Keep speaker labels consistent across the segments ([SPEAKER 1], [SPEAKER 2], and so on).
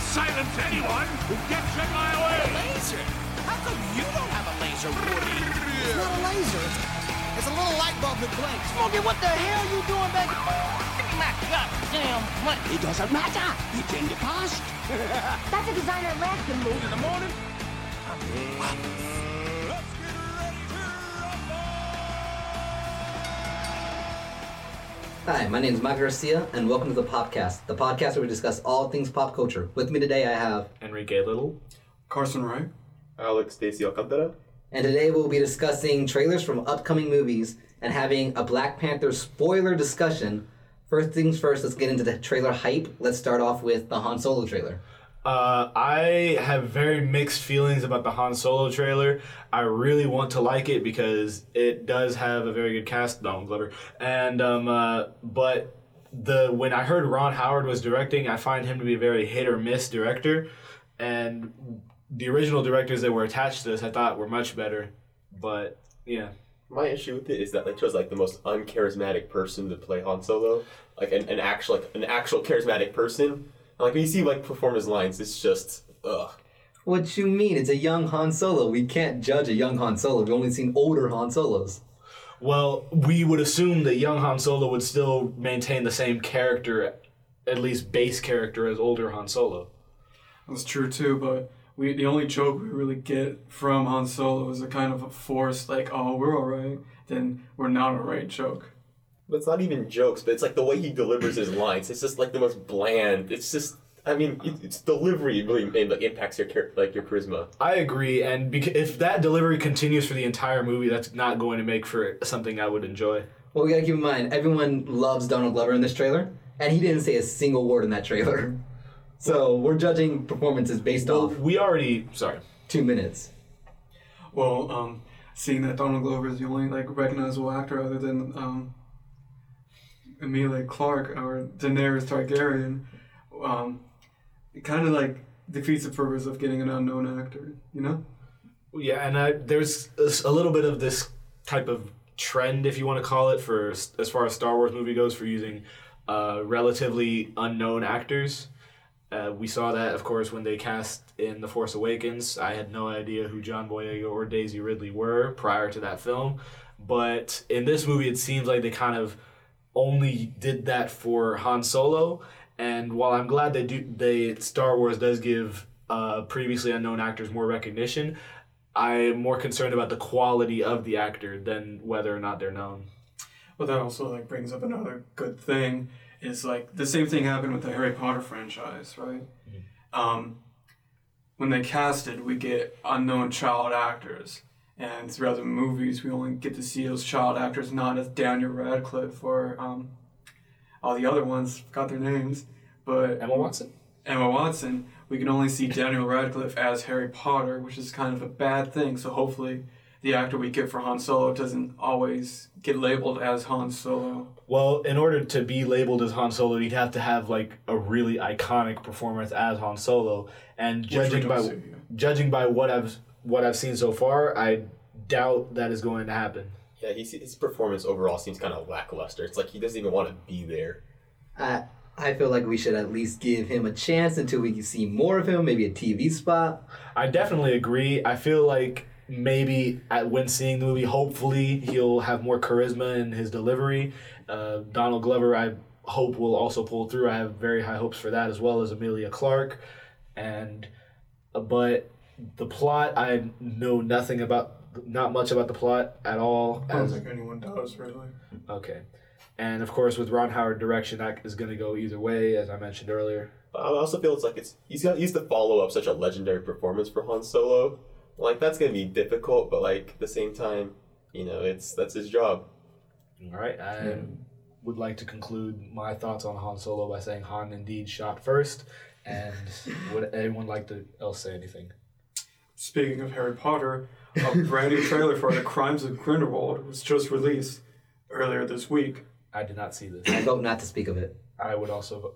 [SPEAKER 1] silence anyone who gets in my way.
[SPEAKER 2] Laser? How come you don't have a laser, Woody?
[SPEAKER 3] It's not a laser. It's, it's a little light bulb that blinks.
[SPEAKER 4] Smokey, what the hell you doing back My goddamn money.
[SPEAKER 2] It doesn't matter. It's in the past.
[SPEAKER 5] That's a designer last move.
[SPEAKER 1] In the morning.
[SPEAKER 6] Hi, my name is Mike Garcia, and welcome to the podcast, the podcast where we discuss all things pop culture. With me today, I have,
[SPEAKER 7] Enrique Little.
[SPEAKER 8] Carson Roy.
[SPEAKER 7] Alex Stacy Alcantara.
[SPEAKER 6] and today we'll be discussing trailers from upcoming movies and having a Black Panther spoiler discussion. First things first, let's get into the trailer hype. Let's start off with the Han Solo trailer.
[SPEAKER 9] Uh, I have very mixed feelings about the Han Solo trailer. I really want to like it because it does have a very good cast, Donald Glover, and um, uh, but the when I heard Ron Howard was directing, I find him to be a very hit or miss director, and the original directors that were attached to this, I thought were much better, but yeah,
[SPEAKER 7] My issue with it is that they chose like the most uncharismatic person to play Han Solo, like an, an actual like an actual charismatic person. And, like when you see like perform his lines, it's just ugh.
[SPEAKER 6] What you mean? It's a young Han Solo. We can't judge a young Han Solo. We've only seen older Han Solos.
[SPEAKER 9] Well, we would assume that young Han Solo would still maintain the same character, at least base character, as older Han Solo.
[SPEAKER 8] That's true too, but we the only joke we really get from Han Solo is a kind of a forced like, oh, we're alright, then we're not alright joke.
[SPEAKER 7] But it's not even jokes, but it's like the way he delivers his lines. It's just like the most bland. It's just I mean, it, it's delivery really and, like impacts your char- like your charisma.
[SPEAKER 9] I agree, and bec- if that delivery continues for the entire movie, that's not going to make for something I would enjoy.
[SPEAKER 6] Well, we gotta keep in mind, everyone loves Donald Glover in this trailer, and he didn't say a single word in that trailer. So we're judging performances based off
[SPEAKER 9] We already sorry.
[SPEAKER 6] two minutes.
[SPEAKER 8] Well, um, seeing that Donald Glover is the only like recognizable actor other than um, Amelia Clark or Daenerys Targaryen, um, it kind of like defeats the purpose of getting an unknown actor. You know?
[SPEAKER 9] Yeah, and I, there's a s- a little bit of this type of trend, if you want to call it, for s- as far as Star Wars movie goes, for using uh, relatively unknown actors. Uh, we saw that, of course, when they cast in The Force Awakens. I had no idea who John Boyega or Daisy Ridley were prior to that film, but in this movie, it seems like they kind of only did that for Han Solo. And while I'm glad they do, they Star Wars does give uh, previously unknown actors more recognition. I am more concerned about the quality of the actor than whether or not they're known.
[SPEAKER 8] But that also like brings up another good thing is like the same thing happened with the Harry Potter franchise, right? Um, when they casted, we get unknown child actors, and throughout the movies, we only get to see those child actors, not as Daniel Radcliffe or um, all the other ones. Forgot their names, but
[SPEAKER 9] Emma Watson?
[SPEAKER 8] Emma Watson, we can only see Daniel Radcliffe as Harry Potter, which is kind of a bad thing. So hopefully, the actor we get for Han Solo doesn't always get labeled as Han Solo.
[SPEAKER 9] Well, in order to be labeled as Han Solo, you'd have to have like a really iconic performance as Han Solo. And judging
[SPEAKER 8] don't
[SPEAKER 9] by
[SPEAKER 8] see, yeah.
[SPEAKER 9] judging by what I've what I've seen so far, I doubt that is going to happen.
[SPEAKER 7] Yeah, he, se- his performance overall seems kind of lackluster. It's like he doesn't even want to be there.
[SPEAKER 6] I I feel like we should at least give him a chance until we can see more of him, maybe a TV spot.
[SPEAKER 9] I definitely agree. I feel like maybe at, when seeing the movie, hopefully he'll have more charisma in his delivery. Uh, Donald Glover, I hope will also pull through. I have very high hopes for that as well as Amelia Clark, and uh, but the plot I know nothing about. Not much about the plot at all.
[SPEAKER 8] I don't
[SPEAKER 9] as-
[SPEAKER 8] think anyone does really.
[SPEAKER 9] okay, and of course with Ron Howard direction, that is going to go either way, as I mentioned earlier.
[SPEAKER 7] But I also feel it's like it's he's got he's to follow up such a legendary performance for Han Solo. Like that's gonna be difficult, but like at the same time, you know, it's that's his job.
[SPEAKER 9] All right, I would like to conclude my thoughts on Han Solo by saying Han indeed shot first. And would anyone like to else say anything?
[SPEAKER 8] Speaking of Harry Potter, a brand new trailer for The Crimes of Grindelwald was just released earlier this week.
[SPEAKER 9] I did not see
[SPEAKER 6] I
[SPEAKER 9] this.
[SPEAKER 6] vote not to speak of it.
[SPEAKER 9] I would also,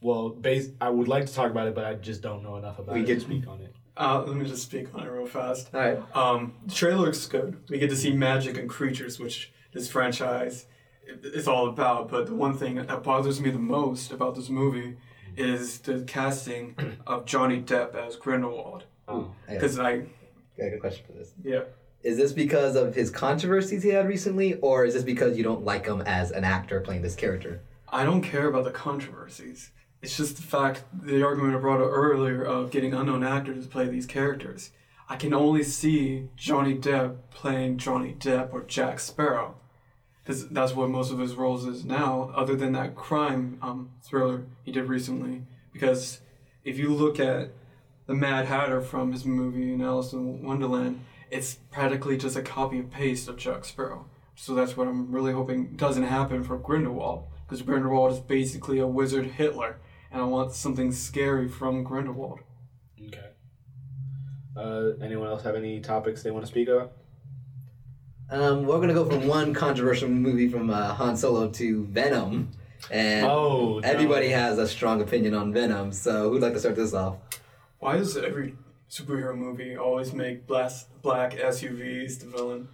[SPEAKER 9] well, base, I would like to talk about it, but I just don't know enough about
[SPEAKER 6] We
[SPEAKER 9] it
[SPEAKER 6] get-
[SPEAKER 9] to speak on it.
[SPEAKER 8] Uh, let me just speak on it real fast.
[SPEAKER 6] All right.
[SPEAKER 8] Um, the trailer looks good. We get to see magic and creatures, which this franchise i- is all about. But the one thing that bothers me the most about this movie is the casting of Johnny Depp as Grindelwald.
[SPEAKER 6] I got,
[SPEAKER 8] Because I,
[SPEAKER 6] I got a question for this.
[SPEAKER 8] yeah,
[SPEAKER 6] Is this because of his controversies he had recently, or is this because you don't like him as an actor playing this character?
[SPEAKER 8] I don't care about the controversies. It's just the fact, the argument I brought up earlier of getting unknown actors to play these characters. I can only see Johnny Depp playing Johnny Depp or Jack Sparrow. 'Cause that's what most of his roles is now, other than that crime um, thriller he did recently. Because if you look at the Mad Hatter from his movie in Alice in Wonderland, it's practically just a copy and paste of Jack Sparrow. So that's what I'm really hoping doesn't happen for Grindelwald, because Grindelwald is basically a wizard Hitler, and I want something scary from Grindelwald.
[SPEAKER 9] Okay. Uh, anyone else have any topics they want to speak about?
[SPEAKER 6] Um, we're gonna go from one controversial movie from uh, Han Solo to Venom, and
[SPEAKER 9] Oh, no.
[SPEAKER 6] everybody has a strong opinion on Venom. So who'd like to start this off?
[SPEAKER 8] Why does every superhero movie always make blast, black SUVs the villain?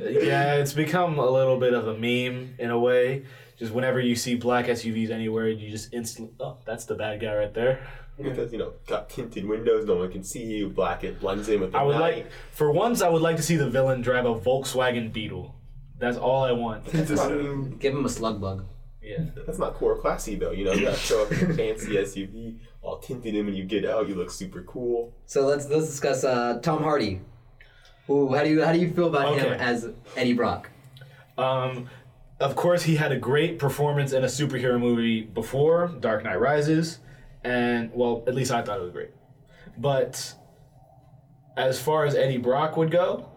[SPEAKER 9] yeah, it's become a little bit of a meme in a way. Just whenever you see black SUVs anywhere, you just instantly, oh, that's the bad guy right there.
[SPEAKER 7] Because you know, got tinted windows, no one can see you. Black it blends in with the
[SPEAKER 9] I would
[SPEAKER 7] night.
[SPEAKER 9] like, for once, I would like to see the villain drive a Volkswagen Beetle. That's all I want.
[SPEAKER 8] Just-
[SPEAKER 6] Give him a slug bug.
[SPEAKER 9] Yeah.
[SPEAKER 7] That's not core classy though, you know. You gotta show up in a fancy SUV, all tinted in when you get out. You look super cool.
[SPEAKER 6] So let's let's discuss uh, Tom Hardy. Ooh, how do you how do you feel about him
[SPEAKER 9] Okay.
[SPEAKER 6] as Eddie Brock?
[SPEAKER 9] Um, of course, he had a great performance in a superhero movie before Dark Knight Rises, and well, at least I thought it was great. But as far as Eddie Brock would go,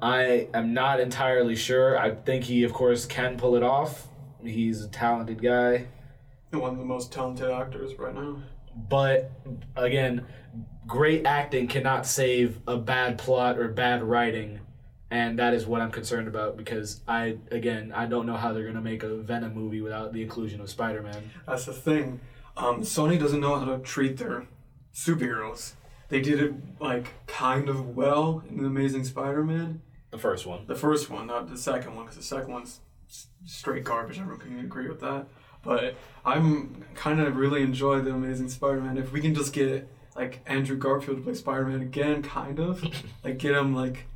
[SPEAKER 9] I am not entirely sure. I think he, of course, can pull it off. He's a talented guy,
[SPEAKER 8] one of the most talented actors right now.
[SPEAKER 9] but again, great acting cannot save a bad plot or bad writing. And that is what I'm concerned about because I, again, I don't know how they're going to make a Venom movie without the inclusion of Spider Man.
[SPEAKER 8] That's the thing. Um, Sony doesn't know how to treat their superheroes. They did it like kind of well in the Amazing Spider-Man,
[SPEAKER 9] The first one.
[SPEAKER 8] the first one, not the second one, because the second one's s- straight garbage. Everyone can agree with that. But I'm kind of really enjoy the Amazing Spider-Man. If we can just get like Andrew Garfield to play Spider-Man again, kind of like get him like,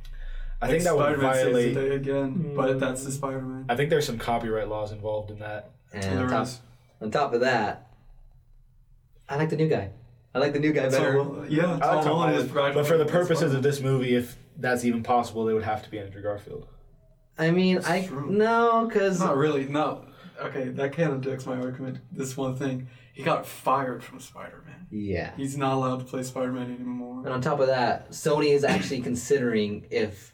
[SPEAKER 9] I think that would
[SPEAKER 8] Spider-Man saves the
[SPEAKER 9] violate. Mm.
[SPEAKER 8] day again. But that's the Spider-Man.
[SPEAKER 9] I think there's some copyright laws involved in that.
[SPEAKER 6] And on
[SPEAKER 8] There
[SPEAKER 6] top,
[SPEAKER 8] is.
[SPEAKER 6] on top of that, I like the new guy. I like the new guy better.
[SPEAKER 8] Tom- yeah, Tom,
[SPEAKER 9] I like Tom
[SPEAKER 8] Holland is
[SPEAKER 9] Holland,
[SPEAKER 8] practically
[SPEAKER 9] but for the purposes
[SPEAKER 8] Spider-Man.
[SPEAKER 9] of this movie, if that's even possible, they would have to be Andrew Garfield.
[SPEAKER 6] I mean, I
[SPEAKER 8] true.
[SPEAKER 6] no, because
[SPEAKER 8] Not really. No. Okay, that contradicts my argument. This one thing, he got fired from Spider Man.
[SPEAKER 6] yeah.
[SPEAKER 8] He's not allowed to play Spider Man
[SPEAKER 6] And
[SPEAKER 8] anymore.
[SPEAKER 6] on top of that, Sony is actually considering if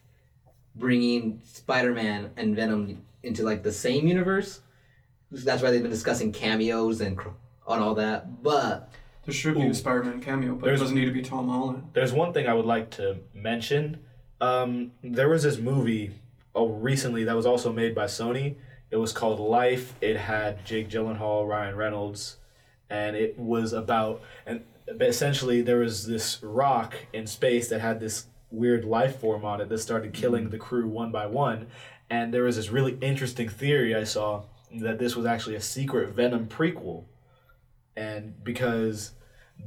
[SPEAKER 6] bringing Spider-Man and Venom into like the same universe. That's why they've been discussing cameos and cr- on all that. But
[SPEAKER 8] There should be a Spider Man cameo, but it
[SPEAKER 9] There's-
[SPEAKER 8] doesn't need to be Tom Holland.
[SPEAKER 9] There's one thing I would like to mention. Um, there was this movie oh, recently that was also made by Sony. It was called Life. It had Jake Gyllenhaal, Ryan Reynolds, and it was about and essentially there was this rock in space that had this weird life form on it that started killing the crew one by one. And there was this really interesting theory I saw that this was actually a secret Venom prequel and because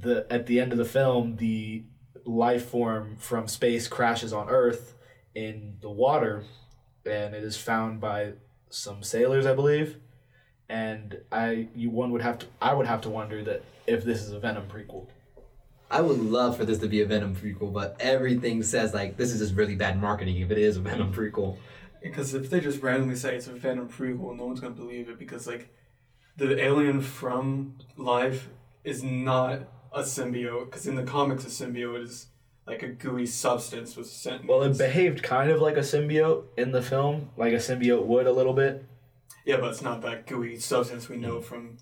[SPEAKER 9] the at the end of the film the life form from space crashes on earth in the water and it is found by some sailors i believe and i you one would have to i would have to wonder that if this is a venom prequel
[SPEAKER 6] I would love for this to be a Venom prequel. But everything says like this is just really bad marketing if it is a Venom prequel.
[SPEAKER 8] Because if they just randomly say it's a Venom prequel, no one's going to believe it because, like, the alien from Life is not a symbiote. Because in the comics, a symbiote is like a gooey substance with sentient.
[SPEAKER 9] well it behaved kind of like a symbiote in the film like a symbiote would a little bit
[SPEAKER 8] yeah, but it's not that gooey substance we know from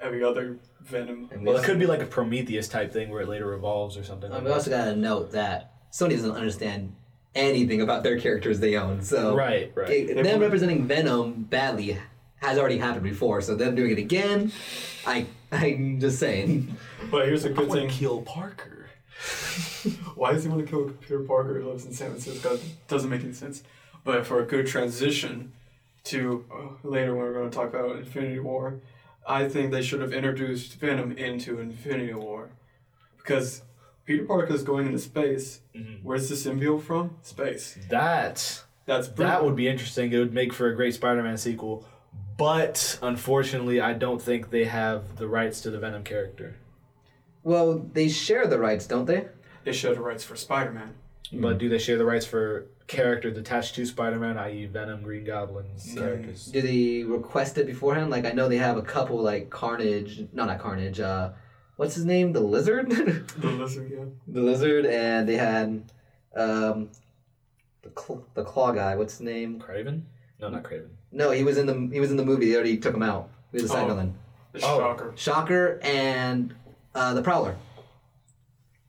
[SPEAKER 8] every other Venom.
[SPEAKER 9] well it could be like a prometheus type thing where it later evolves or something like
[SPEAKER 6] And we also gotta note that Sony doesn't understand anything about their characters they own. So
[SPEAKER 9] Right, right.
[SPEAKER 6] it- them representing Venom badly has already happened before. So them doing it again, I I'm just saying.
[SPEAKER 8] But here's a good thing.
[SPEAKER 9] kill parker
[SPEAKER 8] Why does he want to kill Peter Parker who lives in San Francisco? Doesn't make any sense. But for a good transition to uh, later when we're going to talk about Infinity War, I think they should have introduced Venom into Infinity War, because Peter Parker's going into space.
[SPEAKER 9] Mm-hmm.
[SPEAKER 8] Where's the symbiote from? Space.
[SPEAKER 9] That
[SPEAKER 8] That's
[SPEAKER 9] Mm-hmm. that
[SPEAKER 8] brutal.
[SPEAKER 9] would be interesting. It would make for a great Spider-Man sequel, but unfortunately, I don't think they have the rights to the Venom character.
[SPEAKER 6] Well, they share the rights, don't they?
[SPEAKER 8] They share the rights for Spider-Man.
[SPEAKER 9] Mm-hmm. But do they share the rights for characters attached to Spider-Man, i.e., Venom, Green Goblins
[SPEAKER 8] Hmm.
[SPEAKER 9] characters?
[SPEAKER 6] Do they request it beforehand? Like I know they have a couple like Carnage, no not Carnage, uh what's his name? The Lizard? the
[SPEAKER 8] The lizard, yeah.
[SPEAKER 6] Lizard and they had um the cl- the claw guy, what's his name?
[SPEAKER 9] Craven? No, not Craven.
[SPEAKER 6] No, he was in the he was in the movie. They already took him out. He was a side
[SPEAKER 8] Oh.
[SPEAKER 6] villain.
[SPEAKER 8] The Shocker.
[SPEAKER 6] Shocker and uh, the Prowler.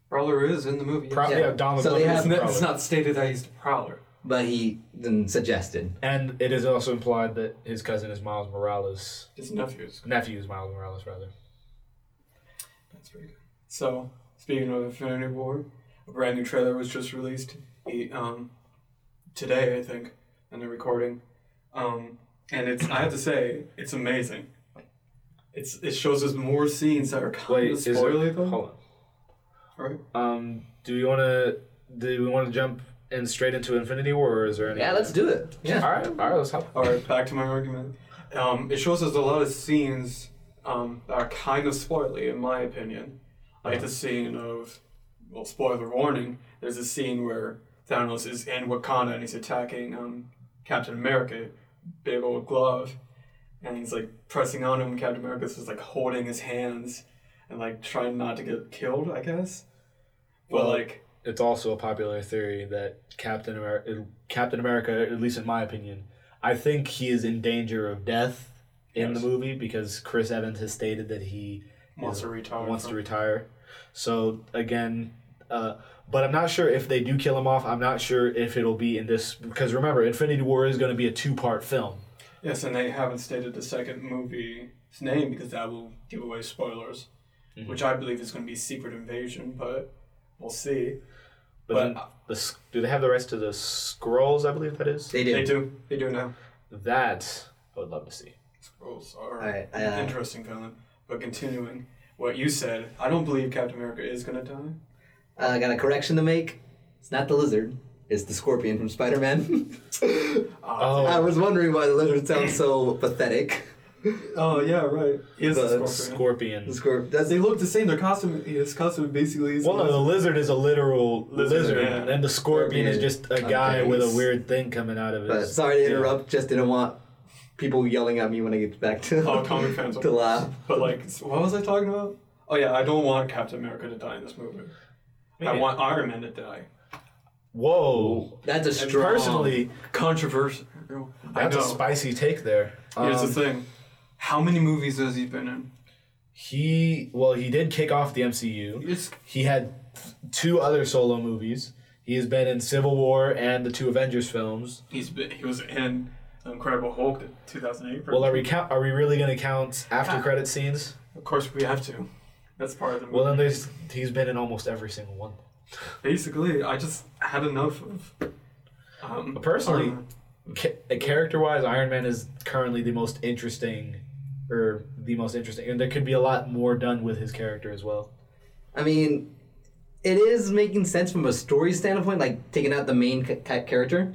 [SPEAKER 8] Prowler is in the movie.
[SPEAKER 9] Pro-
[SPEAKER 8] yes.
[SPEAKER 9] yeah.
[SPEAKER 6] Yeah.
[SPEAKER 9] Donald
[SPEAKER 6] So they
[SPEAKER 9] Glover is
[SPEAKER 6] have-
[SPEAKER 8] It's
[SPEAKER 9] the
[SPEAKER 8] not- it's
[SPEAKER 9] Prowler.
[SPEAKER 8] not stated that he's the Prowler.
[SPEAKER 6] But he then suggested.
[SPEAKER 9] And it is also implied that his cousin is Miles Morales.
[SPEAKER 8] His nephews.
[SPEAKER 9] Nephew is Miles Morales, rather.
[SPEAKER 8] That's pretty good. So, speaking of Infinity War, a brand new trailer was just released e- um, today, I think, in the recording. Um, and it's, I have to say, it's amazing. It's, it shows us more scenes that are kind
[SPEAKER 9] Wait,
[SPEAKER 8] of
[SPEAKER 9] is there,
[SPEAKER 8] spoilery, though.
[SPEAKER 9] hold
[SPEAKER 8] Right?
[SPEAKER 9] on. Um, do we want to do we want to jump in straight into Infinity War, or is there any?
[SPEAKER 6] Yeah, let's do it. Yeah.
[SPEAKER 9] All right, all right, let's hop.
[SPEAKER 8] All right, back to my argument. Um, it shows us a lot of scenes um, that are kind of spoily, in my opinion. Like the scene of, well, spoiler warning, there's a scene where Thanos is in Wakanda and he's attacking um, Captain America, big old glove, and he's like pressing on him. Captain America's just like holding his hands and like trying not to get killed, I guess. But
[SPEAKER 9] Well,
[SPEAKER 8] like,
[SPEAKER 9] It's also a popular theory that Captain America, Captain America, at least in my opinion, I think he is in danger of death in the movie because Chris Evans has stated that he
[SPEAKER 8] Wants
[SPEAKER 9] is-
[SPEAKER 8] to retire
[SPEAKER 9] Wants to
[SPEAKER 8] from-
[SPEAKER 9] retire. So again, uh, but I'm not sure if they do kill him off. I'm not sure if it'll be in this because remember, Infinity War is going to be a two part film.
[SPEAKER 8] Yes, and they haven't stated the second movie's name because that will give away spoilers, which I believe is going to be Secret Invasion, but we'll see.
[SPEAKER 9] But,
[SPEAKER 8] But-
[SPEAKER 9] then the, s- do they have the rights to the scrolls? I believe that is.
[SPEAKER 6] They did.
[SPEAKER 8] They do. They do now.
[SPEAKER 9] That I would love to see.
[SPEAKER 8] Scrolls are
[SPEAKER 6] Alright, I, uh,
[SPEAKER 8] interesting villain. But continuing what you said, I don't believe Captain America is going to die.
[SPEAKER 6] I Uh, got a correction to make. It's not the Lizard. It's the Scorpion from Spider-Man.
[SPEAKER 9] Oh,
[SPEAKER 6] I was wondering why the Lizard sounds so pathetic.
[SPEAKER 8] Oh yeah, right. He is
[SPEAKER 6] The
[SPEAKER 8] a scorpion.
[SPEAKER 9] Scorpion.
[SPEAKER 6] The Scorp- that's-
[SPEAKER 8] they look the same. Their costume, his costume basically is.
[SPEAKER 9] Well, no, the lizard is a literal lizard,
[SPEAKER 8] yeah.
[SPEAKER 9] and the scorpion is just a guy with a
[SPEAKER 6] Yes.
[SPEAKER 9] weird thing coming out of his.
[SPEAKER 6] But sorry to interrupt. Just didn't want people yelling at me when I get back to
[SPEAKER 8] Oh, comic fans
[SPEAKER 6] to laugh.
[SPEAKER 8] But like, what was I talking about? Oh yeah, I don't want Captain America to die in this movie. I want Iron Man to die.
[SPEAKER 9] Whoa!
[SPEAKER 6] That's a strong.
[SPEAKER 9] Personally,
[SPEAKER 8] Controversial. I
[SPEAKER 9] that's
[SPEAKER 8] know.
[SPEAKER 9] a spicy take there.
[SPEAKER 8] Here's
[SPEAKER 9] Um,
[SPEAKER 8] the thing. How many movies has he been in?
[SPEAKER 9] He well, he did kick off the MCU.
[SPEAKER 8] It's-
[SPEAKER 9] He had two other solo movies. He has been in Civil War and the two Avengers films.
[SPEAKER 8] He's been, he was in Incredible Hulk, the 2008.
[SPEAKER 9] Well, uh, are
[SPEAKER 8] version.
[SPEAKER 9] we count? Are we really going to count
[SPEAKER 8] Ah.
[SPEAKER 9] after credit scenes?
[SPEAKER 8] of course we have to. That's part of the movie.
[SPEAKER 9] Well, then there's he's been in almost every single one.
[SPEAKER 8] Basically, I just had enough of. Um,
[SPEAKER 9] Personally,
[SPEAKER 8] Iron
[SPEAKER 9] ca- character wise, Iron Man is currently the most interesting, or the most interesting, and there could be a lot more done with his character as well.
[SPEAKER 6] I mean, it is making sense from a story standpoint, like taking out the main ca- ca- character.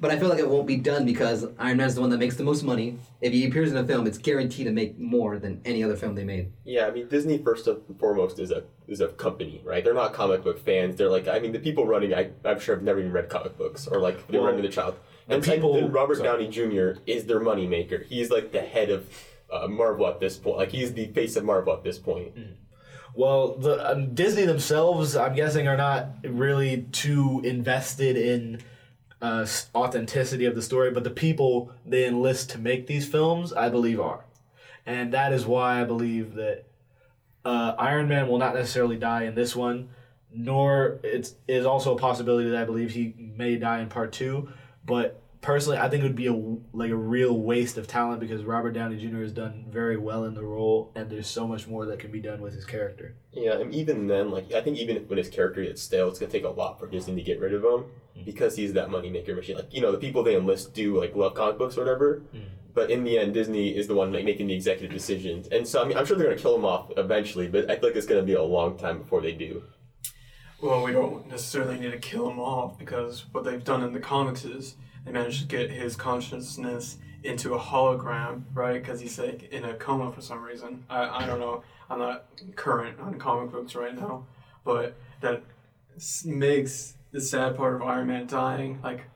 [SPEAKER 6] but I feel like it won't be done because Iron Man's the one that makes the most money. If he appears in a film, it's guaranteed to make more than any other film they made.
[SPEAKER 7] Yeah, I mean Disney first and foremost is a is a company, right? They're not comic book fans. They're like I mean the people running I I'm sure have never even read comic books or like they were
[SPEAKER 9] Well,
[SPEAKER 7] running the child. And
[SPEAKER 9] people-
[SPEAKER 7] people, Robert
[SPEAKER 9] sorry.
[SPEAKER 7] Downey Jr. is their moneymaker. He's like the head of uh, Marvel at this point. Like he's the face of Marvel at this point.
[SPEAKER 9] Well, the um, Disney themselves, I'm guessing, are not really too invested in uh, s- authenticity of the story, but the people they enlist to make these films, I believe, are, and that is why I believe that uh, Iron Man will not necessarily die in this one, nor it's is also a possibility that I believe he may die in part two, but. Personally, I think it would be a w- like a real waste of talent because Robert Downey Jr. has done very well in the role, and there's so much more that can be done with his character.
[SPEAKER 7] Yeah, and even then, like I think even if when his character gets stale, it's gonna take a lot for Disney to get rid of him because he's that moneymaker machine. Like you know, the people they enlist do like love comic books or whatever, But in the end, Disney is the one like, making the executive decisions, and so I mean, I'm sure they're gonna kill him off eventually. But I feel like it's gonna be a long time before they do.
[SPEAKER 8] Well, we don't necessarily need to kill him off because what they've done in the comics is they managed to get his consciousness into a hologram, right? Because he's like in a coma for some reason. I, I don't know. I'm not current on comic books right now, but that s- makes the sad part of Iron Man dying like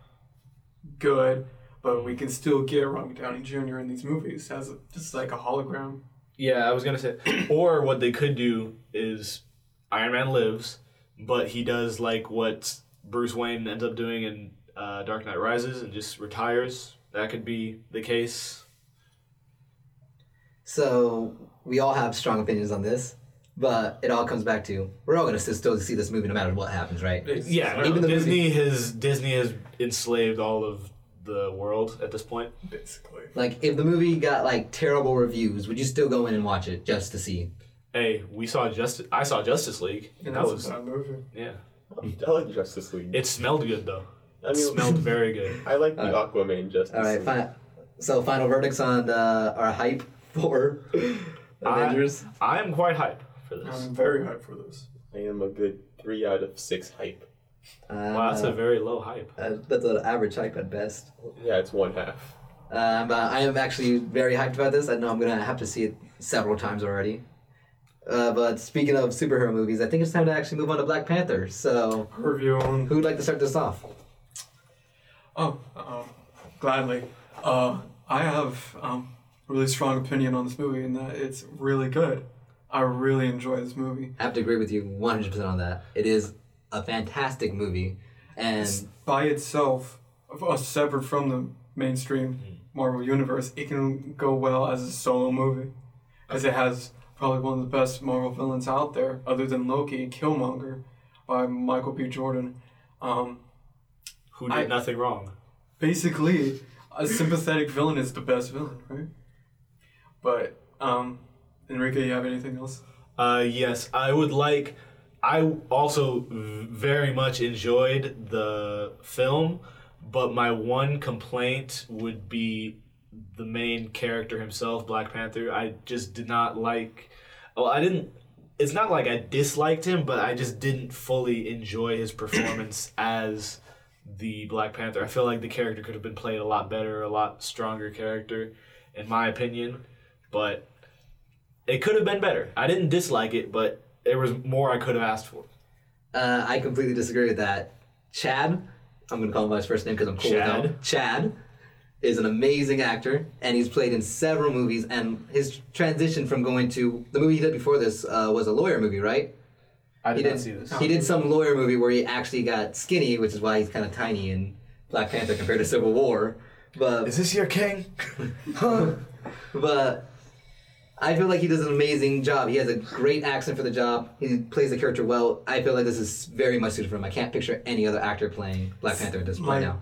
[SPEAKER 8] good. But we can still get Robert Downey Jr. in these movies as a, just like a hologram.
[SPEAKER 9] Yeah, I was gonna say. Or what they could do is Iron Man lives, but he does like what Bruce Wayne ends up doing in uh, Dark Knight Rises and just retires. That could be the case.
[SPEAKER 6] So we all have strong opinions on this, but it all comes back to we're all gonna s- still see this movie no matter what happens, right?
[SPEAKER 9] Yeah,
[SPEAKER 6] Even the
[SPEAKER 9] Disney has Disney has enslaved all of the world at this point.
[SPEAKER 8] basically.
[SPEAKER 6] Like if the movie got like terrible reviews, would you still go in and watch it just to see?
[SPEAKER 9] Hey, we saw Justice. I saw Justice League.
[SPEAKER 8] And
[SPEAKER 9] that
[SPEAKER 8] that's
[SPEAKER 9] was
[SPEAKER 8] a bad movie.
[SPEAKER 9] yeah.
[SPEAKER 7] I like Justice League.
[SPEAKER 9] It smelled good though.
[SPEAKER 7] I
[SPEAKER 9] It
[SPEAKER 7] mean-
[SPEAKER 9] smelled very good.
[SPEAKER 7] I like the Aquaman Justice
[SPEAKER 6] All right,
[SPEAKER 7] League.
[SPEAKER 6] fine. So final verdicts on the, our hype for Avengers.
[SPEAKER 9] I am quite hyped for this.
[SPEAKER 8] I'm very hyped for this.
[SPEAKER 7] I am a good three out of six hype.
[SPEAKER 9] Wow, that's a very low hype.
[SPEAKER 6] Uh, that's an average hype at best.
[SPEAKER 7] Yeah, it's one half.
[SPEAKER 6] Um, but I am actually very hyped about this. I know I'm gonna have to see it several times already. Uh, but speaking of superhero movies, I think it's time to actually move on to Black Panther. So,
[SPEAKER 8] Review on
[SPEAKER 6] who would like to start this off?
[SPEAKER 8] Oh, um, gladly. Uh, I have um, a really strong opinion on this movie in that it's really good. I really enjoy this movie.
[SPEAKER 6] I have to agree with you 100% on that. It is a fantastic movie, and
[SPEAKER 8] By itself, uh, separate from the mainstream Marvel universe, it can go well as a solo movie because it has probably one of the best Marvel villains out there, other than Loki and Killmonger, by Michael B. Jordan. Um,
[SPEAKER 9] Who did
[SPEAKER 8] I-
[SPEAKER 9] nothing wrong?
[SPEAKER 8] basically a sympathetic villain is the best villain, right? But um, Enrique, you have anything else?
[SPEAKER 9] Uh, yes, I would like. I also v- very much enjoyed the film, but my one complaint would be the main character himself, Black Panther. I just did not like. Well, I didn't. It's not like I disliked him, but I just didn't fully enjoy his performance as the Black Panther. I feel like the character could have been played a lot better, a lot stronger character, in my opinion. But it could have been better. I didn't dislike it, but there was more I could have asked for.
[SPEAKER 6] uh, I completely disagree with that. Chad, I'm gonna call him by his first name because I'm cool
[SPEAKER 9] Chad.
[SPEAKER 6] with him. Chad is an amazing actor, and he's played in several movies. And his transition from going to the movie he did before this uh, was a lawyer movie, right?
[SPEAKER 9] I
[SPEAKER 6] He did. He did some lawyer movie where he actually got skinny, which is why he's kind of tiny in Black Panther compared to Civil War. But
[SPEAKER 9] Is this your king?
[SPEAKER 6] but I feel like he does an amazing job. He has a great accent for the job. He plays the character well. I feel like this is very much suited for him. I can't picture any other actor playing Black Panther at this point
[SPEAKER 8] Mike.
[SPEAKER 6] now.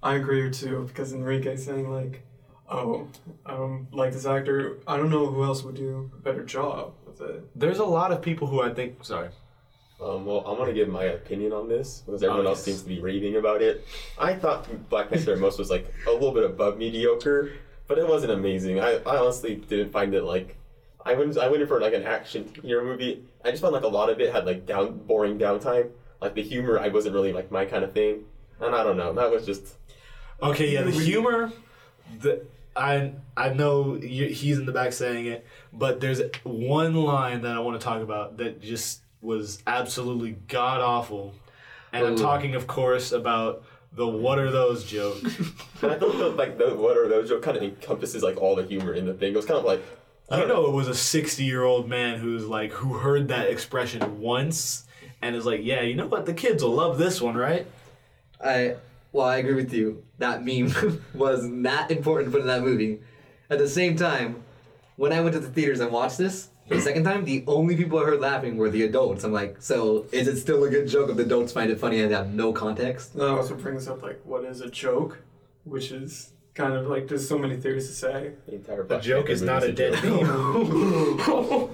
[SPEAKER 8] I agree too, because Enrique's saying like, "Oh, I don't like this actor. I don't know who else would do a better job with it."
[SPEAKER 9] There's a lot of people who I think. Sorry.
[SPEAKER 7] Um, well, I want to give my opinion on this because everyone
[SPEAKER 9] Oh,
[SPEAKER 7] else
[SPEAKER 9] yes.
[SPEAKER 7] seems to be raving about it. I thought Black Panther most was like a little bit above mediocre, but it wasn't amazing. I, I honestly didn't find it like I went I went in for like an action hero movie. I just found like a lot of it had like down boring downtime. Like the humor, I wasn't really like my kind of thing, and I don't know. That was just
[SPEAKER 9] Okay, yeah, the humor. The I I know you, he's in the back saying it, but there's one line that I want to talk about that just was absolutely god awful, and I'm
[SPEAKER 6] Ooh.
[SPEAKER 9] talking, of course, about the "What are those?" joke.
[SPEAKER 7] And I thought that, like the, what are those joke kind of encompasses like all the humor in the thing. It was kind of like I
[SPEAKER 9] You
[SPEAKER 7] don't know.
[SPEAKER 9] know, it was a 60 year old man who's like, who heard that expression once and is like, yeah, you know what? The kids will love this one, right?
[SPEAKER 6] I well, I agree with you. That meme was not important for that movie. At the same time, when I went to the theaters and watched this for the second time, the only people I heard laughing were the adults. I'm like, so is it still a good joke if the adults find it funny and have no context?
[SPEAKER 8] That also brings up like, what is a joke, which is kind of like there's so many theories to say.
[SPEAKER 7] The entire
[SPEAKER 9] The joke is not a dead meme.
[SPEAKER 8] Oh,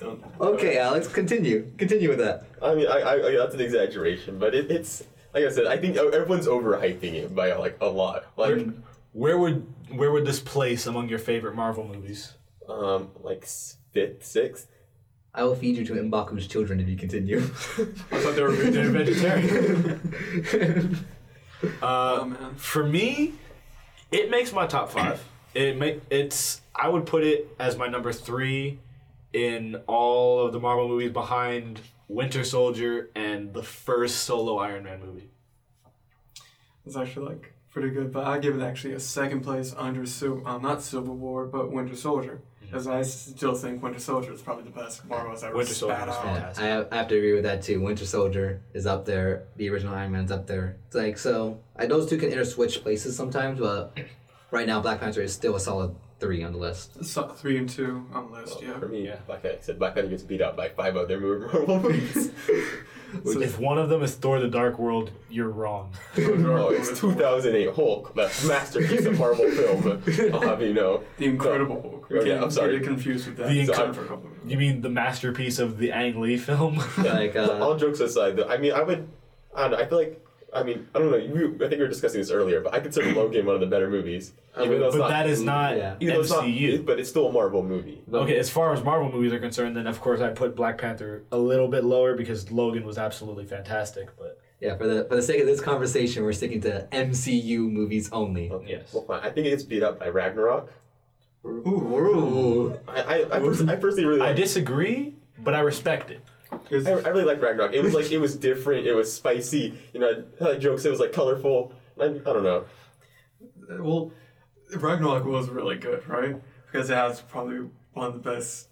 [SPEAKER 8] Don't.
[SPEAKER 6] Okay, Alex, continue. Continue with that.
[SPEAKER 7] I mean, I, I, I that's an exaggeration, but it, it's like I said. I think everyone's overhyping it by like a lot. Like
[SPEAKER 9] where would where would this place among your favorite Marvel movies?
[SPEAKER 7] Um, like s- fifth, sixth.
[SPEAKER 6] I will feed you to Mbaku's children if you continue.
[SPEAKER 9] I thought they were they're vegetarian.
[SPEAKER 8] Oh man.
[SPEAKER 9] For me, it makes my top five. It make it's I would put it as my number three in all of the Marvel movies behind Winter Soldier and the first solo Iron Man movie.
[SPEAKER 8] It's actually like pretty good, but I give it actually a second place under Civil, um, not Civil War, but Winter Soldier, because I still think Winter Soldier is probably the best Marvel has ever
[SPEAKER 9] Mm-hmm. Winter Soldier
[SPEAKER 8] spat
[SPEAKER 9] is
[SPEAKER 8] out.
[SPEAKER 9] fantastic.
[SPEAKER 6] I, I have to agree with that too. Winter Soldier is up there. The original Iron Man's up there. It's like so, I, those two can interswitch places sometimes. But right now, Black Panther is still a solid three on the list.
[SPEAKER 8] So, three and two on the list, yeah.
[SPEAKER 7] For me,
[SPEAKER 9] Yeah.
[SPEAKER 7] Black Panther said Black Panther gets beat up by five other Marvel movies.
[SPEAKER 9] If one of them is Thor: The Dark World, you're wrong.
[SPEAKER 7] oh, it's 2008 Hulk, the masterpiece of Marvel film. I'll have you know.
[SPEAKER 8] The Incredible
[SPEAKER 7] Oh,
[SPEAKER 8] Hulk. We
[SPEAKER 7] yeah,
[SPEAKER 8] can't
[SPEAKER 7] I'm sorry.
[SPEAKER 8] get it confused with that.
[SPEAKER 9] The
[SPEAKER 8] So I'm
[SPEAKER 9] Incredible-
[SPEAKER 8] for a couple of
[SPEAKER 9] You mean the masterpiece of the Ang Lee film?
[SPEAKER 6] Like uh,
[SPEAKER 7] All jokes aside, though, I mean, I would, I don't know, I feel like, I mean, I don't know, you, I think we were discussing this earlier, but I consider Logan one of the better movies. Even though it's
[SPEAKER 9] but
[SPEAKER 7] not,
[SPEAKER 9] that is not
[SPEAKER 6] yeah.
[SPEAKER 7] even though it's not-
[SPEAKER 9] MCU.
[SPEAKER 7] but it's still a Marvel movie.
[SPEAKER 9] Okay, as far as Marvel movies are concerned, then of course I put Black Panther a little bit lower because Logan was absolutely fantastic. But
[SPEAKER 6] yeah, for the for the sake of this conversation, we're sticking to MCU movies only.
[SPEAKER 9] yes,
[SPEAKER 7] Well, fine. I think it gets beat up by Ragnarok.
[SPEAKER 6] Ooh.
[SPEAKER 7] I, I, I, pers- I personally really
[SPEAKER 9] I
[SPEAKER 7] like
[SPEAKER 9] disagree, but I respect it.
[SPEAKER 7] I,
[SPEAKER 8] uh,
[SPEAKER 7] I really like Ragnarok. It was like it was different. It was spicy. You know, I had jokes. It was like colorful. I, I don't know.
[SPEAKER 8] Well, Ragnarok was really good, right? Because it has probably one of the best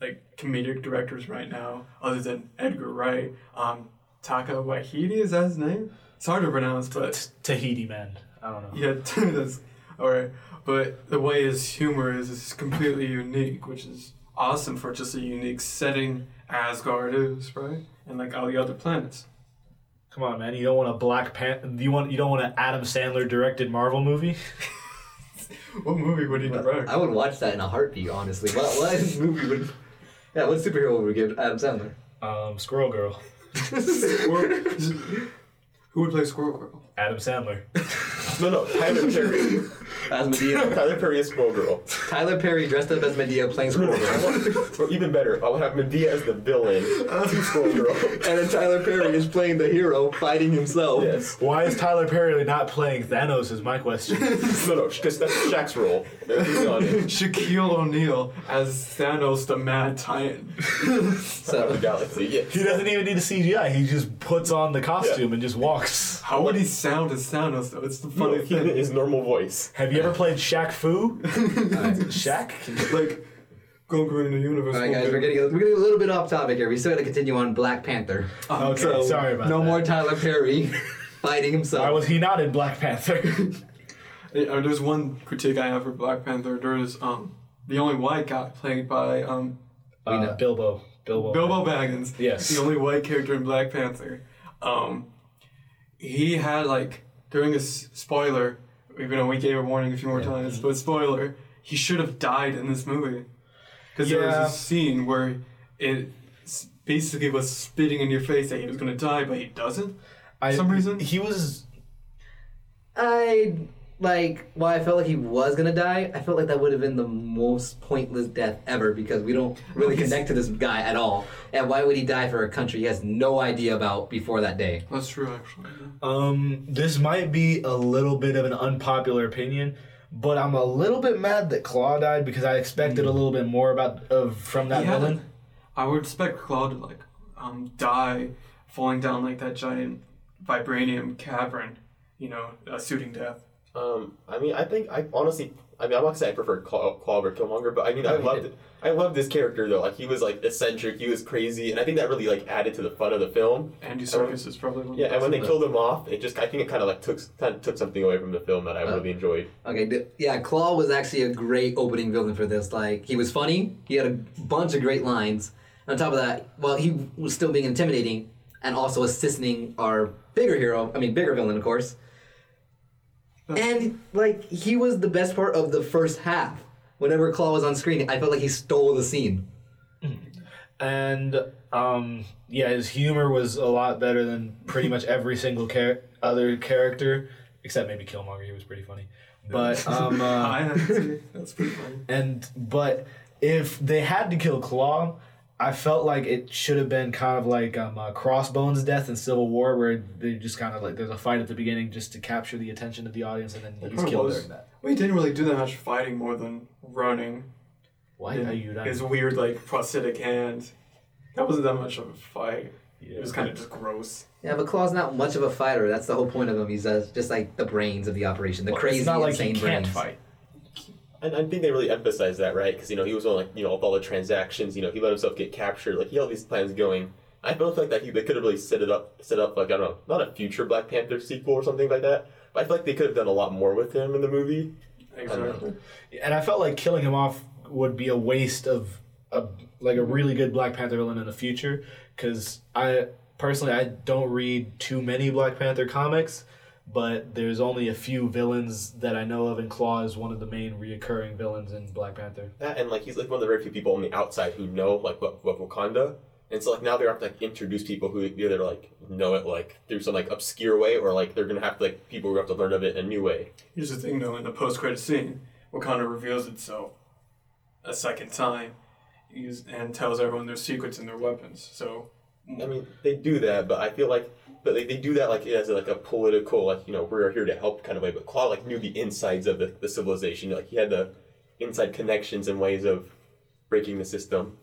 [SPEAKER 8] like comedic directors right now, other than Edgar Wright. Um, Taka Waititi is that his name? It's hard to pronounce, but
[SPEAKER 9] Tahiti man, I don't know.
[SPEAKER 8] yeah, that's all right. But the way his humor is is completely unique, which is awesome for just a unique setting Asgard is, right? And like all the other planets.
[SPEAKER 9] Come on, man, you don't want a Black Panther. You want you don't want an Adam Sandler directed Marvel movie.
[SPEAKER 8] What movie would he direct?
[SPEAKER 6] I would watch that in a heartbeat, honestly. What what movie would? Yeah, what superhero would we give Adam Sandler?
[SPEAKER 9] Um, Squirrel Girl,
[SPEAKER 8] Squirrel- Who would play Squirrel Girl?
[SPEAKER 9] Adam Sandler.
[SPEAKER 7] No, no. Tyler Perry.
[SPEAKER 6] As Medea.
[SPEAKER 7] Tyler Perry is Squirrel Girl.
[SPEAKER 6] Tyler Perry dressed up as Medea playing Squirrel Girl.
[SPEAKER 7] or even better, I'll have Medea as the villain to Squirrel Girl.
[SPEAKER 6] and then Tyler Perry is playing the hero, fighting himself.
[SPEAKER 7] Yes.
[SPEAKER 9] Why is Tyler Perry not playing Thanos? Is my question.
[SPEAKER 7] No, no, because that's Shaq's role. He's on it.
[SPEAKER 8] Shaquille O'Neal as Thanos the Mad Titan.
[SPEAKER 7] The
[SPEAKER 6] So
[SPEAKER 7] galaxy. Yeah.
[SPEAKER 9] he doesn't even need a CGI. He just puts on the costume and just walks.
[SPEAKER 8] How would he sound as Thanos though? It's the
[SPEAKER 7] No,
[SPEAKER 8] funny
[SPEAKER 7] he
[SPEAKER 8] thing.
[SPEAKER 7] his normal voice.
[SPEAKER 9] Have you ever played Shaq Fu? Shaq?
[SPEAKER 8] like going through in the universe.
[SPEAKER 6] All right, guys, we're getting a, we're getting a little bit off topic here. We still got to continue on Black Panther.
[SPEAKER 9] Okay,
[SPEAKER 6] So,
[SPEAKER 9] sorry about
[SPEAKER 6] no
[SPEAKER 9] that.
[SPEAKER 6] more Tyler Perry fighting himself.
[SPEAKER 9] Why was he not in Black Panther?
[SPEAKER 8] Uh, there's one critique I have for Black Panther. There's um the only white guy played by um
[SPEAKER 9] Uh, Bilbo. Bilbo.
[SPEAKER 8] Bilbo Baggins.
[SPEAKER 9] Yes.
[SPEAKER 8] The only white character in Black Panther. Um, he had like during his spoiler, even though we gave a warning a few more times, but spoiler, he should have died in this movie because there
[SPEAKER 9] Yeah.
[SPEAKER 8] was a scene where it s- basically was spitting in your face that he was gonna die, but he doesn't.
[SPEAKER 9] I-
[SPEAKER 8] some reason?
[SPEAKER 9] He was.
[SPEAKER 6] I like while I felt like he was gonna die, I felt like that would have been the most pointless death ever because we don't really connect to this guy at all. And why would he die for a country he has no idea about before that day?
[SPEAKER 8] That's true, actually.
[SPEAKER 9] Um, this might be a little bit of an unpopular opinion, but I'm a little bit mad that Claw died because I expected a little bit more about of from that
[SPEAKER 8] Yeah.
[SPEAKER 9] villain.
[SPEAKER 8] I would expect Claude to like um, die falling down like that giant vibranium cavern, you know, uh, suiting death.
[SPEAKER 7] Um, I mean, I think I honestly, I mean, I'm not saying I prefer Claw, Claw over Killmonger, but I mean, I loved it. I loved this character though. Like he was like eccentric, he was crazy, and I think that really like added to the fun of the film.
[SPEAKER 8] Andy
[SPEAKER 7] And when-
[SPEAKER 8] Serkis is probably one of the
[SPEAKER 7] Yeah, and when
[SPEAKER 8] best.
[SPEAKER 7] they killed him off, it just I think it kind of like took kind of took something away from the film that I really enjoyed.
[SPEAKER 6] Okay, th- yeah, Claw was actually a great opening villain for this. Like, he was funny. He had a bunch of great lines. On top of that, while he was still being intimidating and also assisting our bigger hero, I mean, bigger villain, of course. And, like, he was the best part of the first half. Whenever Claw was on screen, I felt like he stole the scene.
[SPEAKER 9] and um, yeah, his humor was a lot better than pretty much every single char- other character, except maybe Killmonger. He was pretty funny, But um, uh,
[SPEAKER 8] I haven't seen it. That's pretty funny.
[SPEAKER 9] and but if they had to kill Claw, I felt like it should have been kind of like um, uh, Crossbones' death in Civil War, where they just kind of like there's a fight at the beginning just to capture the attention of the audience, and then he's
[SPEAKER 8] Or
[SPEAKER 9] killed
[SPEAKER 8] was-
[SPEAKER 9] during that.
[SPEAKER 8] We didn't really do that much fighting more than running.
[SPEAKER 9] Why are you not?
[SPEAKER 8] His weird, like, prosthetic hand. That wasn't that much of a fight. It was
[SPEAKER 9] Yeah.
[SPEAKER 8] kind of just gross.
[SPEAKER 6] Yeah, but Claw's not much of a fighter. That's the whole point of him. He's uh, just like the brains of the operation, the crazy,
[SPEAKER 9] it's not like he
[SPEAKER 6] insane
[SPEAKER 9] can't
[SPEAKER 6] brains.
[SPEAKER 9] fight.
[SPEAKER 7] And I think they really emphasized that, right? Because you know he was on like you know with all the transactions, you know he let himself get captured, like he had all these plans going. I felt like that he, they could have really set it up, set up like I don't know, not a future Black Panther sequel or something like that. But I feel like they could have done a lot more with him in the movie.
[SPEAKER 8] Exactly.
[SPEAKER 9] and I felt like killing him off would be a waste of a like a really good Black Panther villain in the future. Because I personally I don't read too many Black Panther comics, but there's only a few villains that I know of, and Claw is one of the main reoccurring villains in Black Panther.
[SPEAKER 7] That and like he's like one of the very few people on the outside who know like what, what Wakanda. And so like now they have to like introduce people who either like know it like through some like obscure way or like they're gonna have to like people who have to learn of it a new way.
[SPEAKER 8] Here's the thing, though, in the post-credit scene, Wakanda reveals itself a second time use- and tells everyone their secrets and their weapons. So,
[SPEAKER 7] I mean, they do that, but I feel like, but they, they do that like as like a political, like you know, we're here to help kind of way. But Claw like knew the insides of the, the civilization. Like he had the inside connections and ways of breaking the system.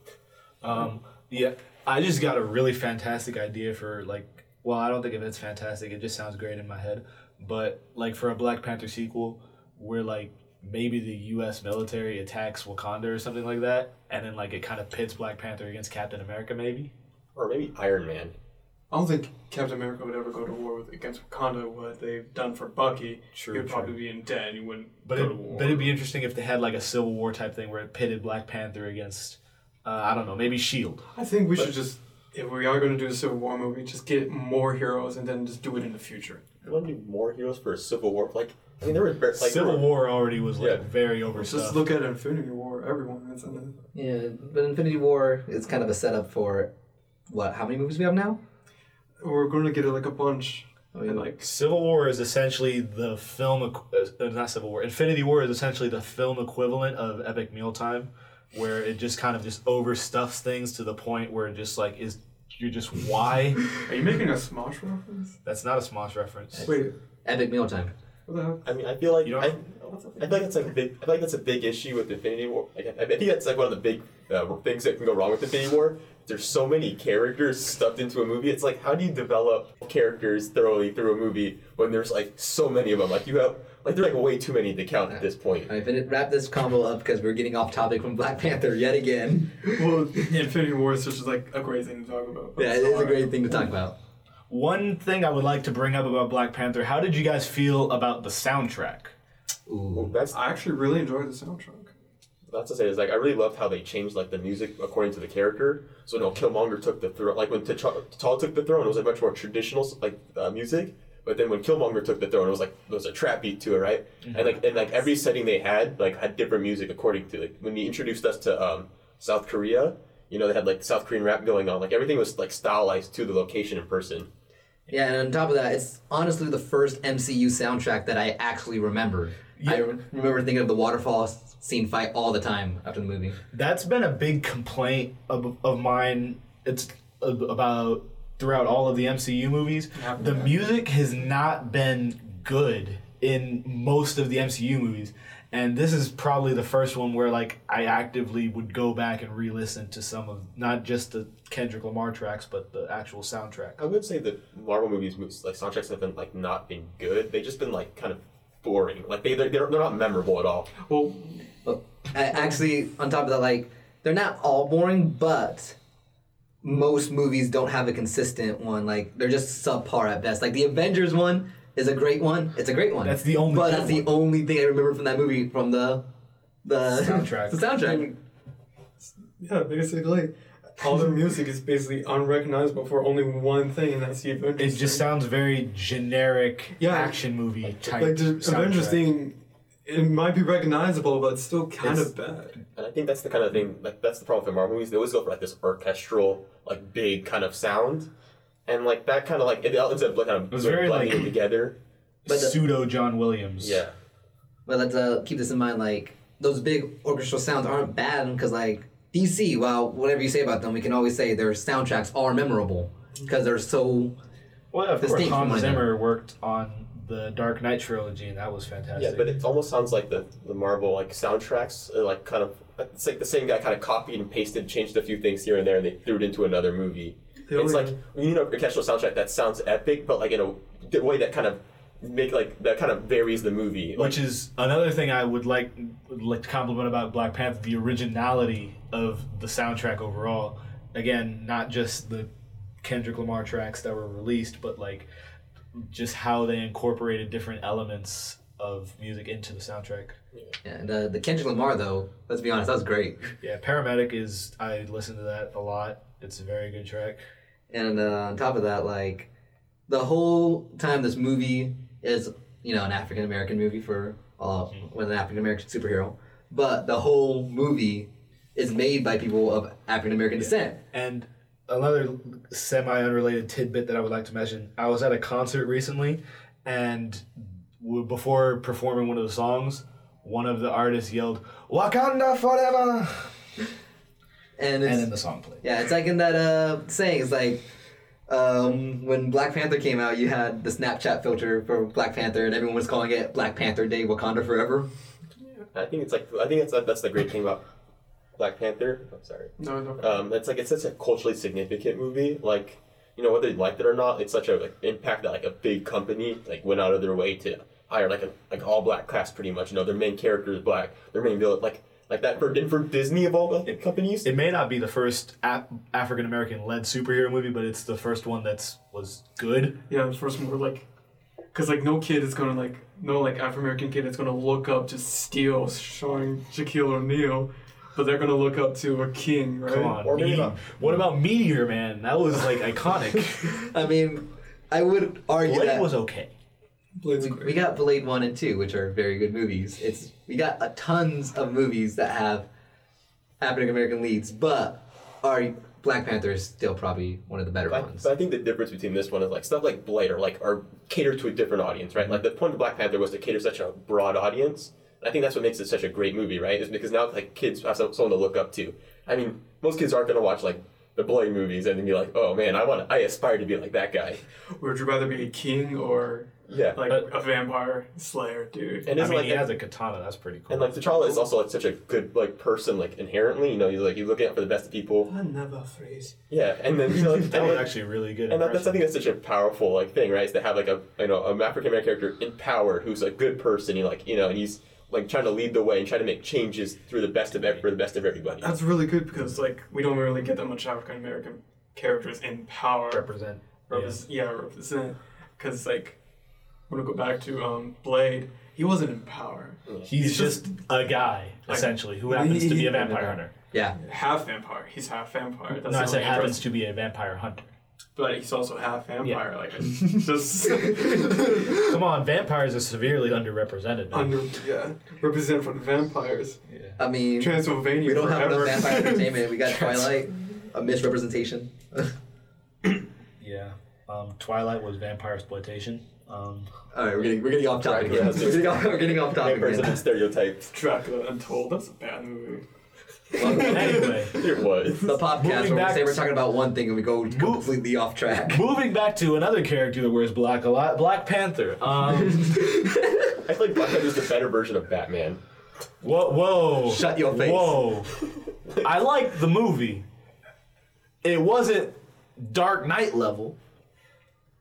[SPEAKER 9] Um, yeah, I just got a really fantastic idea for like. Well, I don't think if it's fantastic, it just sounds great in my head. But like for a Black Panther sequel, where like maybe the U.S. military attacks Wakanda or something like that, and then like it kind of pits Black Panther against Captain America, maybe.
[SPEAKER 7] Or maybe Iron Man.
[SPEAKER 8] I don't think Captain America would ever go to war with against Wakanda. What they've done for Bucky,
[SPEAKER 9] True,
[SPEAKER 8] he would
[SPEAKER 9] true.
[SPEAKER 8] probably be in debt. and He wouldn't
[SPEAKER 9] But
[SPEAKER 8] go to war.
[SPEAKER 9] it, but it'd be interesting if they had like a Civil War type thing where it pitted Black Panther against. Uh, I don't know, maybe Shield.
[SPEAKER 8] I think we should just, if we are going to do a Civil War movie, just get more heroes and then just do it in the future.
[SPEAKER 7] You want to do more heroes for a civil war? Like I mean, there were bare- like
[SPEAKER 9] Civil War already was like
[SPEAKER 7] Yeah.
[SPEAKER 9] very over.
[SPEAKER 8] Just look at Infinity War. Everyone that's in it.
[SPEAKER 6] Yeah, but Infinity War is kind of a setup for what? How many movies we have now?
[SPEAKER 8] We're going to get like a bunch.
[SPEAKER 6] yeah.
[SPEAKER 8] and like
[SPEAKER 9] Civil War is essentially the film, equ- uh, uh, not Civil War. Infinity War is essentially the film equivalent of Epic Mealtime, where it just kind of just overstuffs things to the point where it just like is you're just why
[SPEAKER 8] Are you making a Smosh reference?
[SPEAKER 9] that's not a Smosh reference.
[SPEAKER 8] Wait,
[SPEAKER 6] Epic Mealtime.
[SPEAKER 8] what the hell?
[SPEAKER 7] I mean, I feel like
[SPEAKER 9] You don't-
[SPEAKER 7] I, I feel like that's like a big. I feel like that's a big issue with Infinity War. Like, I, I think that's like one of the big uh, things that can go wrong with Infinity War. There's so many characters stuffed into a movie. It's like, how do you develop characters thoroughly through a movie when there's like so many of them? Like you have, like they're like way too many to count at this point.
[SPEAKER 6] All right, fin- wrap this combo up because we're getting off topic from Black Panther yet again.
[SPEAKER 8] Well, Infinity War is just like a great thing to talk about.
[SPEAKER 6] Yeah, it is a great thing to talk about.
[SPEAKER 9] One thing I would like to bring up about Black Panther: How did you guys feel about the soundtrack?
[SPEAKER 6] Ooh.
[SPEAKER 7] That's
[SPEAKER 8] I actually really enjoyed the soundtrack.
[SPEAKER 7] that's to say is like I really loved how they changed like the music according to the character. So no, Killmonger took the throne. Like when T'Challa T'Challa took the throne, it was like much more traditional like uh, music. But then when Killmonger took the throne, it was like there was a trap beat to it, right? And like and like every setting they had like had different music according to like when they introduced us to um, South Korea, you know they had like South Korean rap going on. Like everything was like stylized to the location and person.
[SPEAKER 6] Yeah, and on top of that, it's honestly the first MCU soundtrack that I actually remember. I re- remember thinking of the waterfall s- scene fight all the time after the movie.
[SPEAKER 9] That's been a big complaint of, of mine. It's ab- about throughout all of the MCU movies. The music has not been good in most of the MCU movies. And this is probably the first one where like I actively would go back and re-listen to some of not just the Kendrick Lamar tracks, but the actual soundtrack.
[SPEAKER 7] I would say the Marvel movies, movies like soundtracks have been like not been good. They've just been like kind of boring. Like they they're, they're not memorable at all.
[SPEAKER 8] Well,
[SPEAKER 6] Well, I- actually, on top of that, like they're not all boring, but most movies don't have a consistent one. Like they're just subpar at best. Like the Avengers one is a great one. It's a great one.
[SPEAKER 9] That's the only
[SPEAKER 6] But
[SPEAKER 9] good
[SPEAKER 6] that's the
[SPEAKER 9] one.
[SPEAKER 6] only thing I remember from that movie from the the
[SPEAKER 9] Soundtrack.
[SPEAKER 6] the soundtrack.
[SPEAKER 8] yeah, basically, all the music is basically unrecognizable for only one thing, and that's the
[SPEAKER 9] It
[SPEAKER 8] Avengers.
[SPEAKER 9] just sounds very generic
[SPEAKER 8] Yeah.
[SPEAKER 9] action movie type.
[SPEAKER 8] like the Avengers
[SPEAKER 9] soundtrack.
[SPEAKER 8] thing. It might be recognizable, but it's still kind
[SPEAKER 7] It's-
[SPEAKER 8] of bad.
[SPEAKER 7] And I think that's the kind of thing, like that's the problem with the Marvel movies. They always go for like this orchestral, like big kind of sound, and like that kind of like it all ends up like kind of
[SPEAKER 9] was
[SPEAKER 7] like,
[SPEAKER 9] very,
[SPEAKER 7] blending
[SPEAKER 9] like-
[SPEAKER 7] together.
[SPEAKER 6] But the-
[SPEAKER 9] pseudo John Williams.
[SPEAKER 7] Yeah,
[SPEAKER 6] But let's uh, keep this in mind. Like those big orchestral sounds aren't bad because like DC. Well, whatever you say about them, we can always say their soundtracks are memorable because they're so.
[SPEAKER 9] Well, of
[SPEAKER 6] The
[SPEAKER 9] course,
[SPEAKER 6] stage from
[SPEAKER 9] Hans
[SPEAKER 6] one
[SPEAKER 9] Zimmer worked on the Dark Knight trilogy, and that was fantastic.
[SPEAKER 7] Yeah, but it almost sounds like the, the Marvel like soundtracks, uh, like kind of it's like the same guy kind of copied and pasted, changed a few things here and there, and they threw it into another movie.
[SPEAKER 8] The
[SPEAKER 7] it's
[SPEAKER 8] only-
[SPEAKER 7] like you need an orchestral soundtrack that sounds epic, but like in a the way that kind of make like that kind of varies the movie. Like,
[SPEAKER 9] which is another thing I would like would like to compliment about Black Panther: the originality of the soundtrack overall. Again, not just the Kendrick Lamar tracks that were released, but like just how they incorporated different elements of music into the soundtrack.
[SPEAKER 6] Yeah, the the Kendrick Lamar though. Let's be honest, that was great.
[SPEAKER 9] Yeah, Paramedic is I listen to that a lot. It's a very good track.
[SPEAKER 6] And uh, on top of that, like the whole time this movie is, you know, an African American movie for uh,
[SPEAKER 9] Mm-hmm.
[SPEAKER 6] with an African American superhero, but the whole movie is made by people of African American descent.
[SPEAKER 9] And another semi unrelated tidbit that I would like to mention I was at a concert recently, and w- before performing one of the songs, one of the artists yelled, Wakanda Forever!
[SPEAKER 6] And it's,
[SPEAKER 9] And then the song played.
[SPEAKER 6] yeah, it's like in that uh, saying. It's like um, when Black Panther came out, you had the Snapchat filter for Black Panther, and everyone was calling it Black Panther Day Wakanda Forever.
[SPEAKER 7] I think it's like I think that's that's the great thing about Black Panther. I'm sorry.
[SPEAKER 8] No, no.
[SPEAKER 9] Uh.
[SPEAKER 7] Um, it's like it's such a culturally significant movie. Like, you know, whether you liked it or not, it's such a like, impact that like a big company like went out of their way to hire like a like all black cast pretty much. You know, their main character is black. Their main villain like like that for for Disney of all the companies.
[SPEAKER 9] It may not be the first Af- African American led superhero movie, but it's the first one that's was good.
[SPEAKER 8] Yeah, the first one where like, because like no kid is gonna like no like African American kid is gonna look up to steal showing Shaquille O'Neal, but they're gonna look up to a king, right?
[SPEAKER 9] Come on,
[SPEAKER 7] Or maybe
[SPEAKER 9] Mete-
[SPEAKER 7] not.
[SPEAKER 9] what about Meteor Man? That was like iconic.
[SPEAKER 6] I mean, I would argue
[SPEAKER 9] Blade
[SPEAKER 6] that
[SPEAKER 9] was okay.
[SPEAKER 8] Blade's
[SPEAKER 6] We,
[SPEAKER 8] great.
[SPEAKER 6] we got Blade One and Two, which are very good movies. It's we got a tons of movies that have African American leads, but our Black Panther is still probably one of the better
[SPEAKER 7] I,
[SPEAKER 6] ones.
[SPEAKER 7] but I think the difference between this one is like stuff like Blade are like are catered to a different audience, right? Like the point of Black Panther was to cater such a broad audience. I think that's what makes it such a great movie, right? Is because now like kids have some- someone to look up to. I mean, most kids aren't gonna watch like the Blade movies and then be like, oh man, I want I aspire to be like that guy.
[SPEAKER 8] Would you rather be a king or
[SPEAKER 7] Yeah.
[SPEAKER 8] like
[SPEAKER 9] But-
[SPEAKER 8] a vampire slayer, dude?
[SPEAKER 7] And
[SPEAKER 9] I
[SPEAKER 7] it's
[SPEAKER 9] mean,
[SPEAKER 7] like
[SPEAKER 9] he has a katana. That's pretty cool.
[SPEAKER 7] and like T'Challa is also like such a good like person, like inherently, you know, he's like he's looking out for the best of people.
[SPEAKER 8] Another phrase.
[SPEAKER 7] Yeah, and then you know, like,
[SPEAKER 9] that
[SPEAKER 7] and
[SPEAKER 9] was
[SPEAKER 7] then-
[SPEAKER 9] actually a really good.
[SPEAKER 7] And that, that's I
[SPEAKER 9] impression.
[SPEAKER 7] think that's such a powerful like thing, right? Is to have like a you know an African American character in power who's a good person, he like you know, and he's like trying to lead the way and trying to make changes through the best of ev- for the best of everybody.
[SPEAKER 8] That's really good because like we don't really get that much African American characters in power.
[SPEAKER 9] represent.
[SPEAKER 8] Repres- yeah. represent. Because like, I'm gonna go back to um Blade. He wasn't in power.
[SPEAKER 9] He's just a guy, essentially, who happens to be a vampire hunter.
[SPEAKER 6] yeah,
[SPEAKER 8] Half vampire. He's half vampire. That's
[SPEAKER 9] No, I
[SPEAKER 8] the
[SPEAKER 9] said
[SPEAKER 8] only
[SPEAKER 9] happens
[SPEAKER 8] difference.
[SPEAKER 9] to be a vampire hunter.
[SPEAKER 8] But he's also half vampire. Like I just
[SPEAKER 9] Come on, vampires are severely underrepresented. man.
[SPEAKER 8] under yeah represent from vampires.
[SPEAKER 6] I mean,
[SPEAKER 8] Transylvania.
[SPEAKER 6] we don't have
[SPEAKER 8] forever.
[SPEAKER 6] enough vampire entertainment. We got Twilight, a misrepresentation.
[SPEAKER 9] yeah. Um, Twilight was vampire exploitation. Um,
[SPEAKER 6] All right, we're getting we're getting off topic.
[SPEAKER 7] Right, yeah.
[SPEAKER 6] We're, getting off, we're getting off topic.
[SPEAKER 7] Vampires and
[SPEAKER 6] man.
[SPEAKER 7] stereotypes.
[SPEAKER 8] Dracula Untold. That's a bad movie.
[SPEAKER 9] anyway,
[SPEAKER 7] It was.
[SPEAKER 6] The podcast where we
[SPEAKER 9] back-
[SPEAKER 6] say we're talking about one thing and we go completely off track.
[SPEAKER 9] moving back to another character that wears black a lot, Black Panther. Um,
[SPEAKER 7] I feel like Black Panther is the better version of Batman.
[SPEAKER 9] whoa, whoa,
[SPEAKER 6] Shut your face.
[SPEAKER 9] Whoa, I liked the movie. It wasn't Dark Knight level.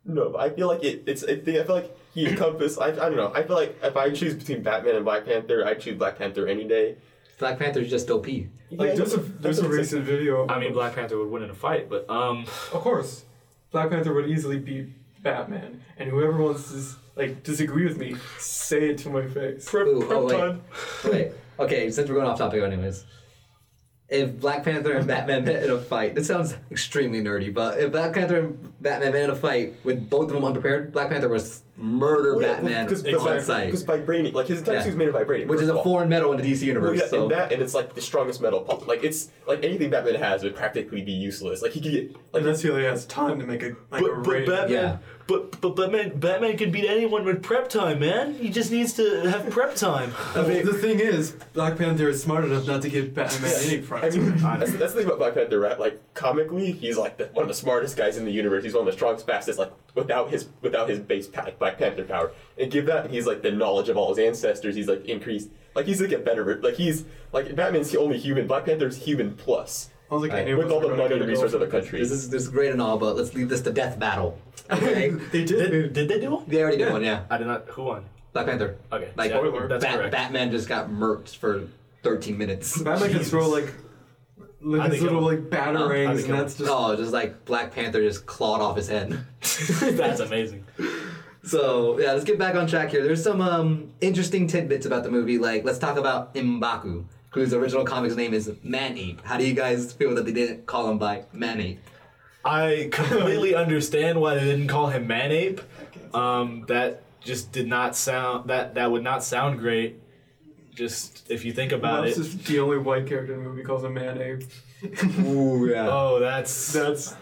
[SPEAKER 7] No, but I feel like it, it's. I think I feel like he encompassed. I, I don't know. I feel like if I choose between Batman and Black Panther, I choose Black Panther any day.
[SPEAKER 6] Black Panther's just OP.
[SPEAKER 8] Like there's a there's a recent video.
[SPEAKER 9] I mean, Black Panther would win in a fight, but um,
[SPEAKER 8] Of course, Black Panther would easily beat Batman, and whoever wants to like disagree with me, say it to my face.
[SPEAKER 6] Ooh, oh wait. Wait. Okay, since we're going off topic anyways. If Black Panther and Batman met in a fight, this sounds extremely nerdy, but if Black Panther and Batman met in a fight with both of them unprepared, Black Panther was
[SPEAKER 7] Oh,
[SPEAKER 6] murder Batman
[SPEAKER 7] because
[SPEAKER 6] on sight,
[SPEAKER 7] vibranium, like his entire
[SPEAKER 6] Yeah.
[SPEAKER 7] suit's made of vibranium,
[SPEAKER 6] which is
[SPEAKER 7] first of
[SPEAKER 6] a
[SPEAKER 7] all.
[SPEAKER 6] foreign metal in the DC
[SPEAKER 7] Well,
[SPEAKER 6] universe.
[SPEAKER 7] Oh, yeah,
[SPEAKER 6] so
[SPEAKER 7] and that, and it's like the strongest metal. po- Like it's like anything Batman has would practically be useless. Like he could get like
[SPEAKER 8] Unless he has time to make a like a
[SPEAKER 9] But, but
[SPEAKER 8] raid.
[SPEAKER 9] Batman,
[SPEAKER 6] Yeah.
[SPEAKER 9] but, but Batman, Batman can beat anyone with prep time, man. He just needs to have prep time.
[SPEAKER 8] I mean, the thing is, Black Panther is smart enough not to give Batman any
[SPEAKER 7] I
[SPEAKER 8] front.
[SPEAKER 7] mean, that's, that's the thing about Black Panther, right? Like comically, he's like the, one of the smartest guys in the universe. He's one of the strongest, fastest. Like without his without his base pa- like, Black Panther power, and give that, and he's like the knowledge of all his ancestors. He's like increased. Like he's like a better. Like he's like Batman's the only human. Black Panther's human plus.
[SPEAKER 8] I don't think
[SPEAKER 6] Right.
[SPEAKER 8] anyone
[SPEAKER 7] With all the money and resources of the country.
[SPEAKER 6] this is this is great and all, but let's leave this to death battle. Okay,
[SPEAKER 9] they did. Did, they do one?
[SPEAKER 6] they already did one. Yeah,
[SPEAKER 9] I did not. Who won?
[SPEAKER 6] Black Panther.
[SPEAKER 9] Okay,
[SPEAKER 6] like
[SPEAKER 9] yeah, that's
[SPEAKER 6] Bat-
[SPEAKER 9] correct.
[SPEAKER 6] Batman just got murked for 13 minutes.
[SPEAKER 8] Batman can throw like, like
[SPEAKER 9] I
[SPEAKER 8] his
[SPEAKER 9] think
[SPEAKER 8] little
[SPEAKER 9] it-
[SPEAKER 8] like
[SPEAKER 9] I
[SPEAKER 8] batarangs,
[SPEAKER 9] think
[SPEAKER 8] and
[SPEAKER 9] it-
[SPEAKER 8] that's just
[SPEAKER 6] No, Oh, just like Black Panther just clawed off his head.
[SPEAKER 9] That's amazing.
[SPEAKER 6] So yeah, let's get back on track here. There's some um, interesting tidbits about the movie. Like let's talk about Mbaku, whose original comic's name is Man Ape. How do you guys feel that they didn't call him by Man Ape?
[SPEAKER 9] I completely understand why they didn't call him Manape. Um, that just did not sound that that would not sound great. Just if you think about
[SPEAKER 8] Mouse
[SPEAKER 9] it.
[SPEAKER 8] is the only white character in the movie calls a man ape.
[SPEAKER 6] Ooh yeah.
[SPEAKER 9] Oh, that's
[SPEAKER 8] That's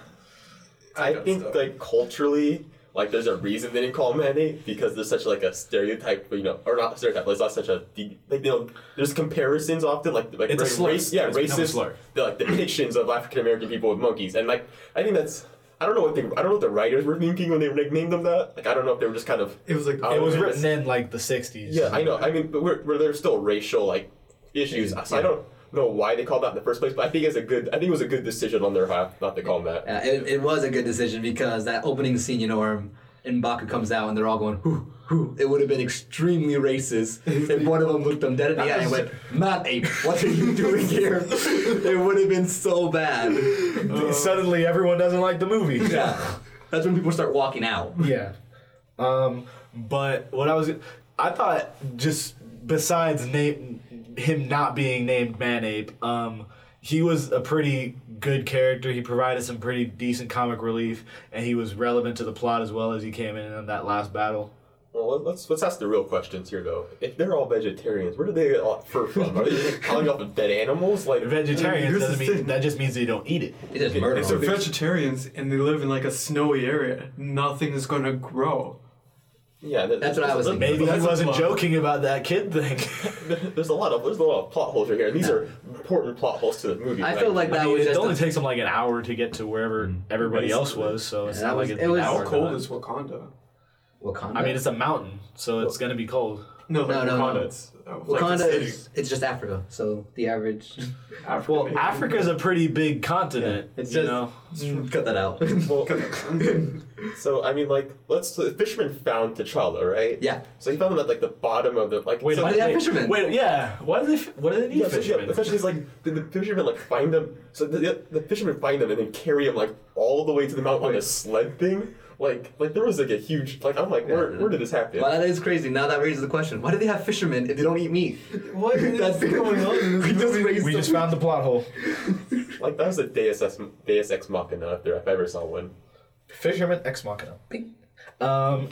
[SPEAKER 7] I think like culturally, like there's a reason they didn't call him Manny because there's such like a stereotype, you know, or not stereotype. but It's not such a de- like you know. There's comparisons often like like
[SPEAKER 9] It's a
[SPEAKER 7] ra-
[SPEAKER 9] slur.
[SPEAKER 7] race, yeah,
[SPEAKER 9] It's become a
[SPEAKER 7] racist
[SPEAKER 9] slur.
[SPEAKER 7] the, like depictions of African American people with monkeys, and like I think that's. I don't know what they, I don't know what the writers were thinking when they like, named them that. Like I don't know if they were just kind of.
[SPEAKER 8] it was like
[SPEAKER 7] I
[SPEAKER 9] it was
[SPEAKER 7] Oh,
[SPEAKER 9] written in like the '60s.
[SPEAKER 7] Yeah, I know. I mean, but we're, we're, there's still racial like issues. So I don't know why they called that in the first place, but I think it's a good. I think it was a good decision on their half not to call him that.
[SPEAKER 6] Yeah, it, it was a good decision because that opening scene, you know, where Mbaku comes out and they're all going, whoo, whoo. It would have been extremely racist if one of them looked them dead in the eye and went, Matt Ape, what are you doing here? it would have been so bad.
[SPEAKER 9] Suddenly, everyone doesn't like the movie.
[SPEAKER 6] Yeah. That's when people start walking out.
[SPEAKER 9] Yeah. Um, but what I was, I thought just besides name, him not being named Manape, um, he was a pretty good character. He provided some pretty decent comic relief, and he was relevant to the plot as well as he came in in that last battle.
[SPEAKER 7] Well, let- let's let's ask the real questions here, though. If they're all vegetarians, where do they get all that fur from? Are they just calling off of dead animals? Like,
[SPEAKER 9] Vegetarians
[SPEAKER 8] Here's the
[SPEAKER 9] doesn't mean
[SPEAKER 8] thing.
[SPEAKER 9] that just means they don't eat it.
[SPEAKER 6] It just murdered
[SPEAKER 7] It's a
[SPEAKER 8] they're
[SPEAKER 6] them.
[SPEAKER 8] vegetarians and they live in like a snowy area. Nothing is gonna grow.
[SPEAKER 7] yeah, that-
[SPEAKER 6] That's what I was
[SPEAKER 7] there's-
[SPEAKER 9] Maybe he
[SPEAKER 8] That's a
[SPEAKER 9] wasn't
[SPEAKER 8] plot.
[SPEAKER 9] joking about that kid thing.
[SPEAKER 7] There's a lot of there's a lot of plot holes right here, and these are important plot holes to the movie.
[SPEAKER 6] I feel like that was
[SPEAKER 9] it
[SPEAKER 6] just.
[SPEAKER 9] only
[SPEAKER 6] a- Mm.
[SPEAKER 9] takes him like an hour to get to wherever everybody else was, so it's
[SPEAKER 6] Yeah,
[SPEAKER 9] not
[SPEAKER 6] it
[SPEAKER 9] like
[SPEAKER 6] was-
[SPEAKER 9] it's
[SPEAKER 6] it
[SPEAKER 9] an
[SPEAKER 6] was-
[SPEAKER 9] hour
[SPEAKER 8] How
[SPEAKER 6] Or
[SPEAKER 8] cold
[SPEAKER 9] drive.
[SPEAKER 8] is Wakanda?
[SPEAKER 6] Wakanda?
[SPEAKER 9] I mean, it's a mountain, so it's gonna be cold.
[SPEAKER 8] No, like
[SPEAKER 6] No, no,
[SPEAKER 8] Wakanda.
[SPEAKER 6] no.
[SPEAKER 8] It's, uh, like a
[SPEAKER 6] Wakanda
[SPEAKER 8] city.
[SPEAKER 6] is it's just Africa, so the average.
[SPEAKER 8] Africa,
[SPEAKER 9] Well,
[SPEAKER 8] maybe.
[SPEAKER 9] Africa's a pretty big continent.
[SPEAKER 6] It's
[SPEAKER 9] you
[SPEAKER 6] just
[SPEAKER 9] know?
[SPEAKER 6] cut that out.
[SPEAKER 7] Well, so I mean, like, let's so the fisherman found T'Challa, right?
[SPEAKER 6] Yeah.
[SPEAKER 7] So he found him at like the bottom of the like.
[SPEAKER 9] Wait,
[SPEAKER 7] so,
[SPEAKER 9] why
[SPEAKER 6] do
[SPEAKER 9] did
[SPEAKER 6] they have
[SPEAKER 9] they-
[SPEAKER 6] fishermen?
[SPEAKER 9] Wait, yeah. Why do they? f- What do they need
[SPEAKER 7] yeah, so, yeah,
[SPEAKER 9] fishermen?
[SPEAKER 7] the fisherman's like did the fisherman like find them? So the, the, the fisherman find them and then carry them like all the way to the mountain on a sled thing. Like, like there was like a huge like I'm like where, where did this happen?
[SPEAKER 6] Well, that is crazy. Now that raises the question: Why do they have fishermen if they don't eat meat?
[SPEAKER 8] What is going on in this
[SPEAKER 6] We just raised
[SPEAKER 9] we
[SPEAKER 6] the-
[SPEAKER 9] just found the plot hole.
[SPEAKER 7] Like that was a Deus Ex, Deus Ex Machina if there if I ever saw one.
[SPEAKER 9] Fisherman ex machina. Um.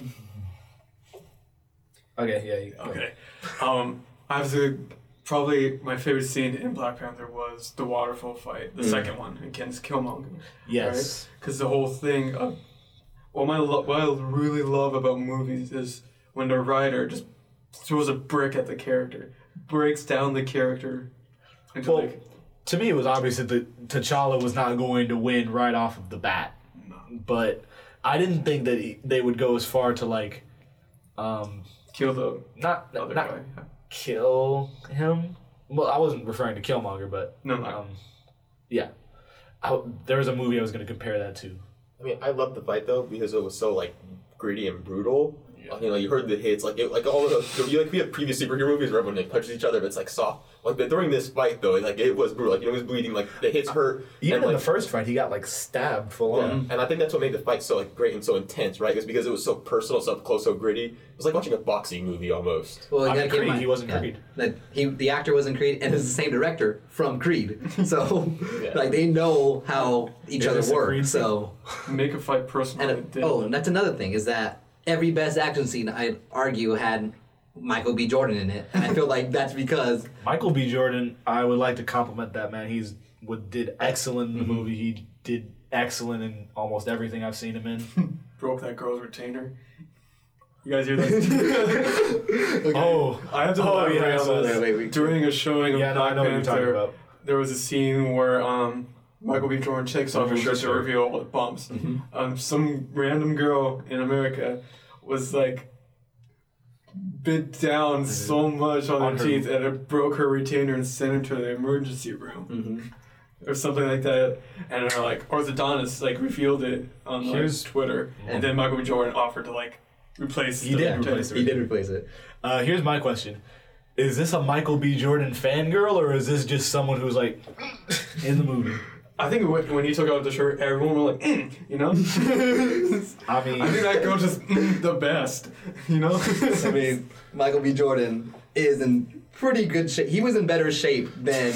[SPEAKER 9] Okay. Yeah. You,
[SPEAKER 8] Okay. Um, I have to. Probably my favorite scene in Black Panther was the waterfall fight, the second one against Killmonger.
[SPEAKER 9] Mm. Yes.
[SPEAKER 8] Because the whole thing of. What, my lo- what I really love about movies is when the writer just throws a brick at the character, breaks down the character. Into
[SPEAKER 9] Well,
[SPEAKER 8] like,
[SPEAKER 9] to me, it was obvious that T'Challa was not going to win right off of the bat. But I didn't think that he, they would go as far to like, um,
[SPEAKER 8] kill the
[SPEAKER 9] not
[SPEAKER 8] other
[SPEAKER 9] not um,
[SPEAKER 8] guy.
[SPEAKER 9] kill him. Well, I wasn't referring to Killmonger, but
[SPEAKER 8] No, no.
[SPEAKER 9] um, yeah. I, there was a movie I was going to compare that to.
[SPEAKER 7] I mean, I loved the fight though because it was so like gritty and brutal. You know, you heard the hits, like it, like all of the you, like we have previous superhero movies where everyone like, punches each other, but it's like soft. Like but during this fight though, like it was brutal. Like you know, it was bleeding. Like the hits hurt.
[SPEAKER 9] Even
[SPEAKER 7] and,
[SPEAKER 9] in
[SPEAKER 7] like,
[SPEAKER 9] the first fight, he got like stabbed full
[SPEAKER 7] yeah.
[SPEAKER 9] on.
[SPEAKER 7] And I think that's what made the fight so like great and so intense, right? It was because it was so personal, so up close, so gritty. It was like watching a boxing movie almost.
[SPEAKER 6] Well, you
[SPEAKER 9] I mean,
[SPEAKER 6] gotta keep in
[SPEAKER 9] Creed,
[SPEAKER 6] mind-
[SPEAKER 9] he wasn't
[SPEAKER 6] yeah,
[SPEAKER 9] Creed.
[SPEAKER 6] That he, the actor was in Creed, and it's the same director from Creed. So,
[SPEAKER 7] Yeah.
[SPEAKER 6] like, they know how each
[SPEAKER 9] Is
[SPEAKER 6] other
[SPEAKER 9] this a
[SPEAKER 6] work.
[SPEAKER 9] Creed
[SPEAKER 6] So,
[SPEAKER 8] Make a fight personal.
[SPEAKER 6] and
[SPEAKER 8] they did.
[SPEAKER 9] oh.
[SPEAKER 6] oh, and that's another thing is that every best action scene I'd argue had Michael B. Jordan in it, and I feel like that's because
[SPEAKER 9] Michael B. Jordan, I would like to compliment that man. He's what did excellent in the movie. He did excellent in almost everything I've seen him in.
[SPEAKER 8] Broke that girl's retainer. You guys hear that?
[SPEAKER 9] Oh,
[SPEAKER 8] I have to
[SPEAKER 9] Oh,
[SPEAKER 8] elaborate
[SPEAKER 9] yeah,
[SPEAKER 8] on
[SPEAKER 9] so-
[SPEAKER 8] this.
[SPEAKER 9] yeah, wait, we-
[SPEAKER 8] During a showing of
[SPEAKER 9] Yeah, no, I
[SPEAKER 8] Black
[SPEAKER 9] know what you're
[SPEAKER 8] Panther,
[SPEAKER 9] talking about.
[SPEAKER 8] there was a scene where um, Michael B. Jordan takes off his
[SPEAKER 9] Oh, sure, Mm-hmm.
[SPEAKER 8] shirt to
[SPEAKER 9] sir.
[SPEAKER 8] reveal all the bumps. Um, some random girl in America was like bit down so much on,
[SPEAKER 9] Mm-hmm. On
[SPEAKER 8] her
[SPEAKER 9] her-
[SPEAKER 8] teeth that it broke her retainer and sent her to the emergency room.
[SPEAKER 9] Mm-hmm.
[SPEAKER 8] Or something like that, and her like orthodontist like revealed it on like,
[SPEAKER 9] Here's-
[SPEAKER 8] Twitter, and then Michael B. Jordan offered to like replace.
[SPEAKER 9] He
[SPEAKER 8] the
[SPEAKER 9] did
[SPEAKER 8] retainer.
[SPEAKER 9] replace it.
[SPEAKER 6] he did replace it.
[SPEAKER 9] Uh, here's my question: Is this a Michael B. Jordan fangirl, or is this just someone who's like in the movie?
[SPEAKER 8] I think when when he took off the shirt, everyone was like, mm, you know. I
[SPEAKER 9] I mean,
[SPEAKER 8] think that girl just mm, the best, you know.
[SPEAKER 6] I mean, Michael B. Jordan is in pretty good shape. He was in better shape than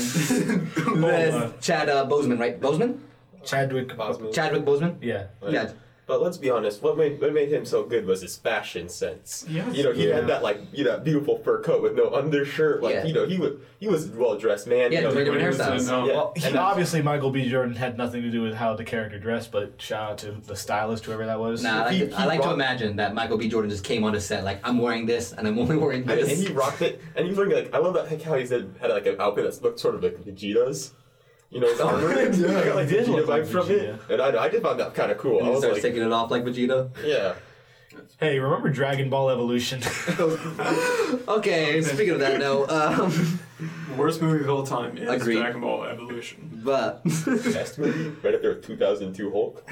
[SPEAKER 6] than
[SPEAKER 9] my.
[SPEAKER 6] Chad uh, Bozeman, right? Bozeman,
[SPEAKER 9] Chadwick Boseman.
[SPEAKER 6] Chadwick Bozeman.
[SPEAKER 9] Yeah.
[SPEAKER 6] Yeah.
[SPEAKER 7] But let's be honest, what made what made him so good was his fashion sense.
[SPEAKER 8] Yes.
[SPEAKER 7] You know, he
[SPEAKER 9] Yeah.
[SPEAKER 7] had that like you know that beautiful fur coat with no undershirt. Like
[SPEAKER 6] Yeah.
[SPEAKER 7] you know, he was he was well dressed man.
[SPEAKER 6] Yeah,
[SPEAKER 7] you know,
[SPEAKER 6] three different
[SPEAKER 8] when he was
[SPEAKER 6] hairstyles.
[SPEAKER 8] in, um,
[SPEAKER 7] Yeah.
[SPEAKER 9] Well, he,
[SPEAKER 7] And then-
[SPEAKER 9] obviously Michael B. Jordan had nothing to do with how the character dressed, but shout out to the stylist, whoever that was.
[SPEAKER 6] Nah, I like,
[SPEAKER 7] He-
[SPEAKER 6] to, I
[SPEAKER 7] he
[SPEAKER 6] like to
[SPEAKER 7] rocked-
[SPEAKER 6] imagine that Michael B. Jordan just came on a set like, I'm wearing this and I'm only wearing
[SPEAKER 7] and, and
[SPEAKER 6] this.
[SPEAKER 7] he rocked it, and he was wearing like I love that like, how he said had like an outfit that looked sort of like Vegeta's, you know, his armor. I got like
[SPEAKER 9] It did
[SPEAKER 7] Vegeta
[SPEAKER 9] look like
[SPEAKER 7] vibe from it,
[SPEAKER 9] Vegeta.
[SPEAKER 7] and I, I did find that kind of cool. I
[SPEAKER 6] And he
[SPEAKER 7] was
[SPEAKER 6] starts
[SPEAKER 7] like,
[SPEAKER 6] taking it off like Vegeta.
[SPEAKER 7] yeah,
[SPEAKER 9] Hey, remember Dragon Ball Evolution?
[SPEAKER 6] Okay, speaking of that, though, um,
[SPEAKER 8] worst movie of all time is
[SPEAKER 6] Agreed.
[SPEAKER 8] Dragon Ball Evolution.
[SPEAKER 6] but
[SPEAKER 7] best movie right up there with 2002 Hulk.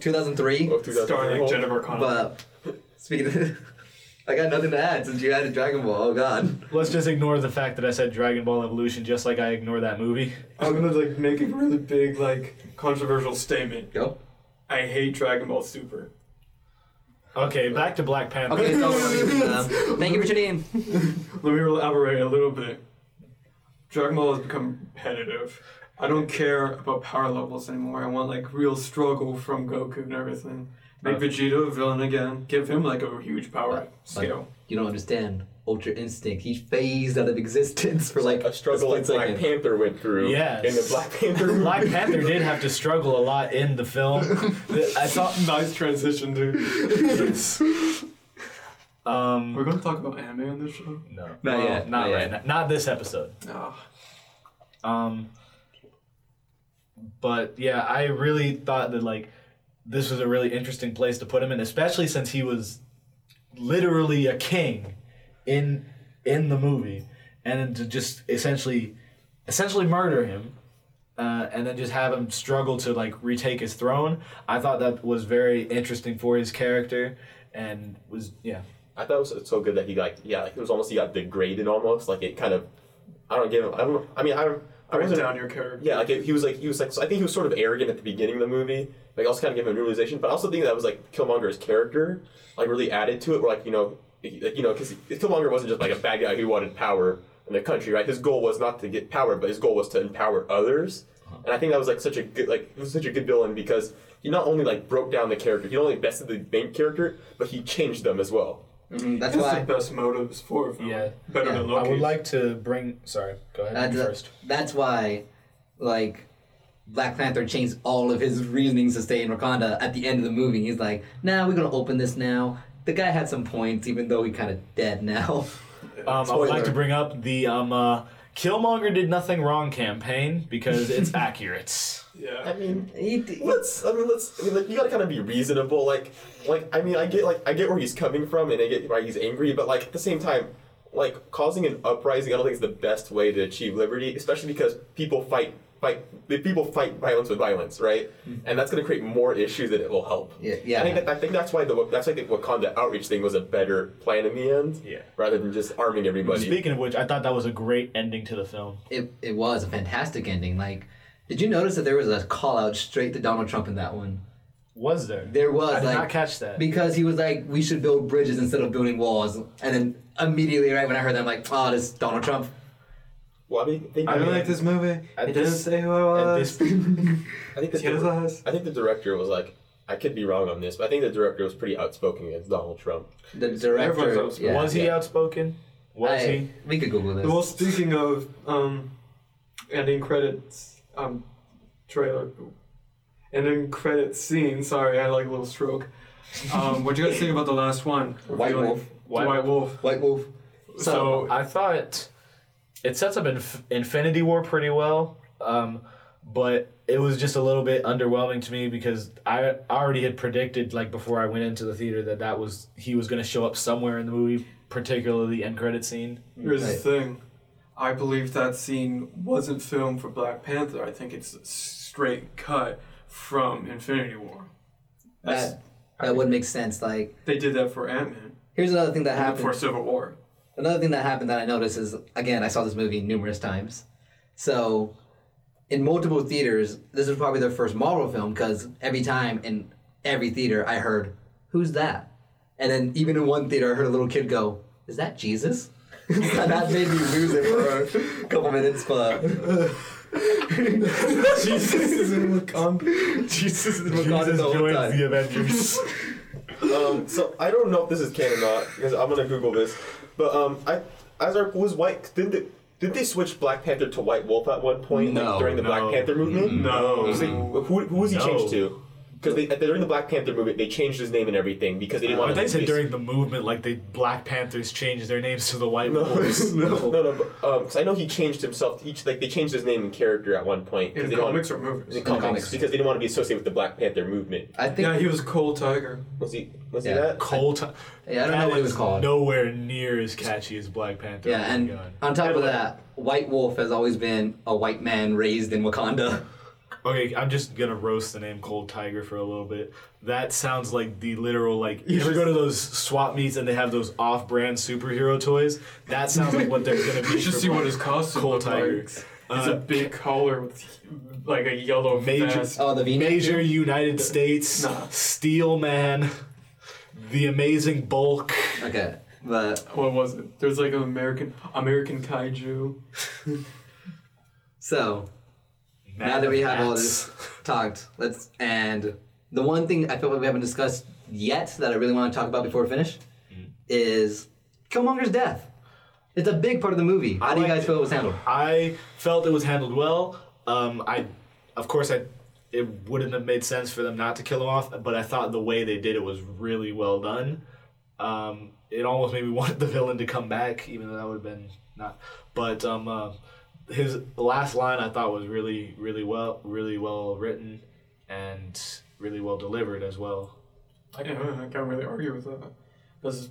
[SPEAKER 6] 2003.
[SPEAKER 7] Oh, 2003
[SPEAKER 8] Starring like
[SPEAKER 7] Hulk.
[SPEAKER 8] Jennifer Connelly.
[SPEAKER 6] But speaking of, I got nothing to add since you added Dragon Ball. Oh God.
[SPEAKER 9] Let's just ignore the fact that I said Dragon Ball Evolution, just like I ignore that movie.
[SPEAKER 8] I'm gonna like make a really big like controversial statement.
[SPEAKER 6] Go.
[SPEAKER 8] I hate Dragon Ball Super.
[SPEAKER 9] Okay, back to Black Panther.
[SPEAKER 6] Okay, so um, thank you for tuning in.
[SPEAKER 8] Let me elaborate a little bit. Dragon Ball has become competitive. I don't care about power levels anymore. I want like real struggle from Goku and everything. Make Vegeta a villain again. Give him like a huge power scale.
[SPEAKER 6] You don't understand. Ultra Instinct. He phased out of existence for like
[SPEAKER 7] a struggle like
[SPEAKER 6] split
[SPEAKER 7] Black
[SPEAKER 6] second.
[SPEAKER 7] Panther went through
[SPEAKER 9] Yes.
[SPEAKER 7] in the Black Panther movie.
[SPEAKER 9] Black Panther did have to struggle a lot in the film. I thought.
[SPEAKER 8] Nice transition, dude.
[SPEAKER 9] Um,
[SPEAKER 8] We're gonna talk about anime on this show.
[SPEAKER 9] no, not Not,
[SPEAKER 6] yet, not
[SPEAKER 9] right
[SPEAKER 6] yet.
[SPEAKER 9] now. Not this episode.
[SPEAKER 8] No.
[SPEAKER 9] Um, but yeah, I really thought that like this was a really interesting place to put him in, especially since he was literally a king in in the movie, and then to just essentially essentially murder him. Uh, and then just have him struggle to like retake his throne. I thought that was very interesting for his character, and was yeah.
[SPEAKER 7] I thought it was so good that he like yeah like it was almost he got degraded almost like it kind of I don't give him I don't I mean I I
[SPEAKER 8] Bring
[SPEAKER 7] wasn't
[SPEAKER 8] down your character.
[SPEAKER 7] yeah like it, he was like he was like so I think he was sort of arrogant at the beginning of the movie like I also kind of gave him a realization but I also think that was like Killmonger's character like really added to it where like you know he- like you know because Killmonger wasn't just like a bad guy who wanted power in the country right his goal was not to get power but his goal was to empower others and I think that was like such a good like it was such a good villain because he not only like broke down the character he not only bested the main character but he changed them as well.
[SPEAKER 6] Mm, that's
[SPEAKER 8] That's
[SPEAKER 6] why.
[SPEAKER 8] the best motives for a villain.
[SPEAKER 9] Yeah.
[SPEAKER 8] Better
[SPEAKER 6] Yeah.
[SPEAKER 8] than
[SPEAKER 9] I
[SPEAKER 8] Loki.
[SPEAKER 9] would like to bring. Sorry, go ahead
[SPEAKER 6] That's,
[SPEAKER 9] you first.
[SPEAKER 6] that's why, like, Black Panther changed all of his reasonings to stay in Wakanda at the end of the movie. He's like, nah, we're gonna open this now. The guy had some points, even though he kind of dead now.
[SPEAKER 9] Um, I would like
[SPEAKER 6] Spoiler.
[SPEAKER 9] to bring up the um, uh, Killmonger did nothing wrong campaign because it's accurate.
[SPEAKER 7] I
[SPEAKER 8] yeah.
[SPEAKER 7] mean,
[SPEAKER 6] He d-
[SPEAKER 7] let's. I mean, let's. I mean, like, you gotta kind of be reasonable. Like, like. I mean, I get like I get where he's coming from, and I get why he's angry. But like at the same time, like causing an uprising, I don't think is the best way to achieve liberty, especially because people fight fight. if People fight violence with violence, right? And that's gonna create more issues than it will help.
[SPEAKER 6] Hmm. Yeah, yeah.
[SPEAKER 7] I think that, I think that's why the that's why the Wakanda outreach thing was a better plan in the end.
[SPEAKER 9] Yeah.
[SPEAKER 7] Rather than just arming everybody.
[SPEAKER 9] Speaking of which, I thought that was a great ending to the film.
[SPEAKER 6] it, it was a fantastic ending. Like, did you notice that there was a call out straight to Donald Trump in that one?
[SPEAKER 9] Was there?
[SPEAKER 6] There was
[SPEAKER 9] I did
[SPEAKER 6] like
[SPEAKER 9] not catch that.
[SPEAKER 6] because he was like, we should build bridges instead of building walls. And then immediately, right when I heard that, I'm like, oh, this is Donald Trump.
[SPEAKER 7] well, I mean, think,
[SPEAKER 8] I really like this movie.
[SPEAKER 9] At
[SPEAKER 8] It doesn't
[SPEAKER 9] this-
[SPEAKER 8] say who I
[SPEAKER 9] At
[SPEAKER 8] was.
[SPEAKER 9] this-
[SPEAKER 7] I think the
[SPEAKER 8] Tears
[SPEAKER 7] dir-
[SPEAKER 8] eyes.
[SPEAKER 7] I think the director was like, I could be wrong on this, but I think the director was pretty outspoken against Donald Trump.
[SPEAKER 6] The
[SPEAKER 8] Everyone's
[SPEAKER 6] director.
[SPEAKER 8] outspoken.
[SPEAKER 6] Yeah,
[SPEAKER 9] was he
[SPEAKER 6] yeah.
[SPEAKER 9] outspoken? Was
[SPEAKER 6] I-
[SPEAKER 9] he?
[SPEAKER 6] We could Google this.
[SPEAKER 8] Well, speaking of um, ending credits, um, trailer, ending credit scene. Sorry, I had like a little stroke. Um, what do you guys think about the last one?
[SPEAKER 6] White
[SPEAKER 8] Really?
[SPEAKER 6] Wolf.
[SPEAKER 8] The White,
[SPEAKER 9] White-
[SPEAKER 8] Wolf.
[SPEAKER 6] White Wolf.
[SPEAKER 9] So I thought it sets up Inf- Infinity War pretty well, um, but it was just a little bit underwhelming to me because I already had predicted like before I went into the theater that that was he was going to show up somewhere in the movie, particularly the end credit scene.
[SPEAKER 8] Here's the
[SPEAKER 6] Right.
[SPEAKER 8] thing. I believe that scene wasn't filmed for Black Panther. I think it's a straight cut from Infinity War. That's,
[SPEAKER 6] That, that would make sense. Like,
[SPEAKER 8] they did that for Ant Man
[SPEAKER 6] here's another thing that
[SPEAKER 8] and
[SPEAKER 6] happened.
[SPEAKER 8] for Civil War.
[SPEAKER 6] Another thing that happened that I noticed is again, I saw this movie numerous times. So, in multiple theaters, this is probably their first Marvel film because every time in every theater, I heard, "Who's that?" And then even in one theater, I heard a little kid go, "Is that Jesus?" that made me lose it for a couple minutes, but
[SPEAKER 8] Jesus is in Wakanda.
[SPEAKER 9] Jesus,
[SPEAKER 6] Wakanda the whole time.
[SPEAKER 9] the Avengers.
[SPEAKER 7] Um, so I don't know if this is canon or not because I'm gonna Google this. But um, I as our was White did they, did they switch Black Panther to White Wolf at one point like,
[SPEAKER 6] No,
[SPEAKER 7] during the Black
[SPEAKER 9] no,
[SPEAKER 7] Panther movement?
[SPEAKER 8] no.
[SPEAKER 7] Was they- who, who was he
[SPEAKER 9] No.
[SPEAKER 7] changed to? Because they, during the Black Panther movement, they changed his name and everything because they didn't want.
[SPEAKER 9] But they
[SPEAKER 7] to
[SPEAKER 9] said during the movement, like the Black Panthers changed their names to the White
[SPEAKER 7] No,
[SPEAKER 9] Wolves.
[SPEAKER 7] no, no. But, um, 'cause I know he changed himself. Each like they changed his name and character at one point. 'cause
[SPEAKER 8] In
[SPEAKER 7] they didn't
[SPEAKER 8] comics or
[SPEAKER 7] want,
[SPEAKER 8] movies?
[SPEAKER 7] in comics,
[SPEAKER 6] Comics.
[SPEAKER 7] because they didn't want to be associated with the Black Panther movement.
[SPEAKER 6] I think
[SPEAKER 8] Yeah, he was Cold Tiger.
[SPEAKER 7] Was he? Was
[SPEAKER 6] Yeah.
[SPEAKER 7] he that?
[SPEAKER 9] Cole. T-
[SPEAKER 6] Yeah, I don't know
[SPEAKER 9] that
[SPEAKER 6] what it was
[SPEAKER 9] is
[SPEAKER 6] called.
[SPEAKER 9] Nowhere near as catchy as Black Panther. Oh
[SPEAKER 6] Yeah,
[SPEAKER 9] my
[SPEAKER 6] and
[SPEAKER 9] God.
[SPEAKER 6] on top of that, White Wolf has always been a white man raised in Wakanda.
[SPEAKER 9] Okay, I'm just gonna roast the name Cold Tiger for a little bit. That sounds like the literal like. You ever go to those swap meets and they have those off-brand superhero toys? That sounds like what they're gonna be.
[SPEAKER 8] You should
[SPEAKER 9] for
[SPEAKER 8] see what
[SPEAKER 9] Black
[SPEAKER 8] his costume
[SPEAKER 9] Cold
[SPEAKER 8] looked
[SPEAKER 9] Tiger.
[SPEAKER 8] like. It's a big collar with like a yellow
[SPEAKER 9] Major-
[SPEAKER 8] vest.
[SPEAKER 6] Oh, the V.
[SPEAKER 9] Major United States,
[SPEAKER 8] Nah.
[SPEAKER 9] Steel Man, the Amazing Bulk.
[SPEAKER 6] Okay, but
[SPEAKER 8] What was it? There's like an American American kaiju.
[SPEAKER 6] so now that we have all this talked, let's and the one thing I feel like we haven't discussed yet that I really want to talk about before we finish
[SPEAKER 9] Mm.
[SPEAKER 6] is Killmonger's death. It's a big part of the movie. How do you
[SPEAKER 9] liked
[SPEAKER 6] guys feel it was handled?
[SPEAKER 9] I felt it was handled well. Um, I, of course, I it wouldn't have made sense for them not to kill him off, but I thought the way they did it was really well done. Um, it almost made me want the villain to come back, even though that would have been not. But um, uh, his last line I thought was really, really well, really well written, and really well delivered as well.
[SPEAKER 8] I can't, I can't really argue with that. Because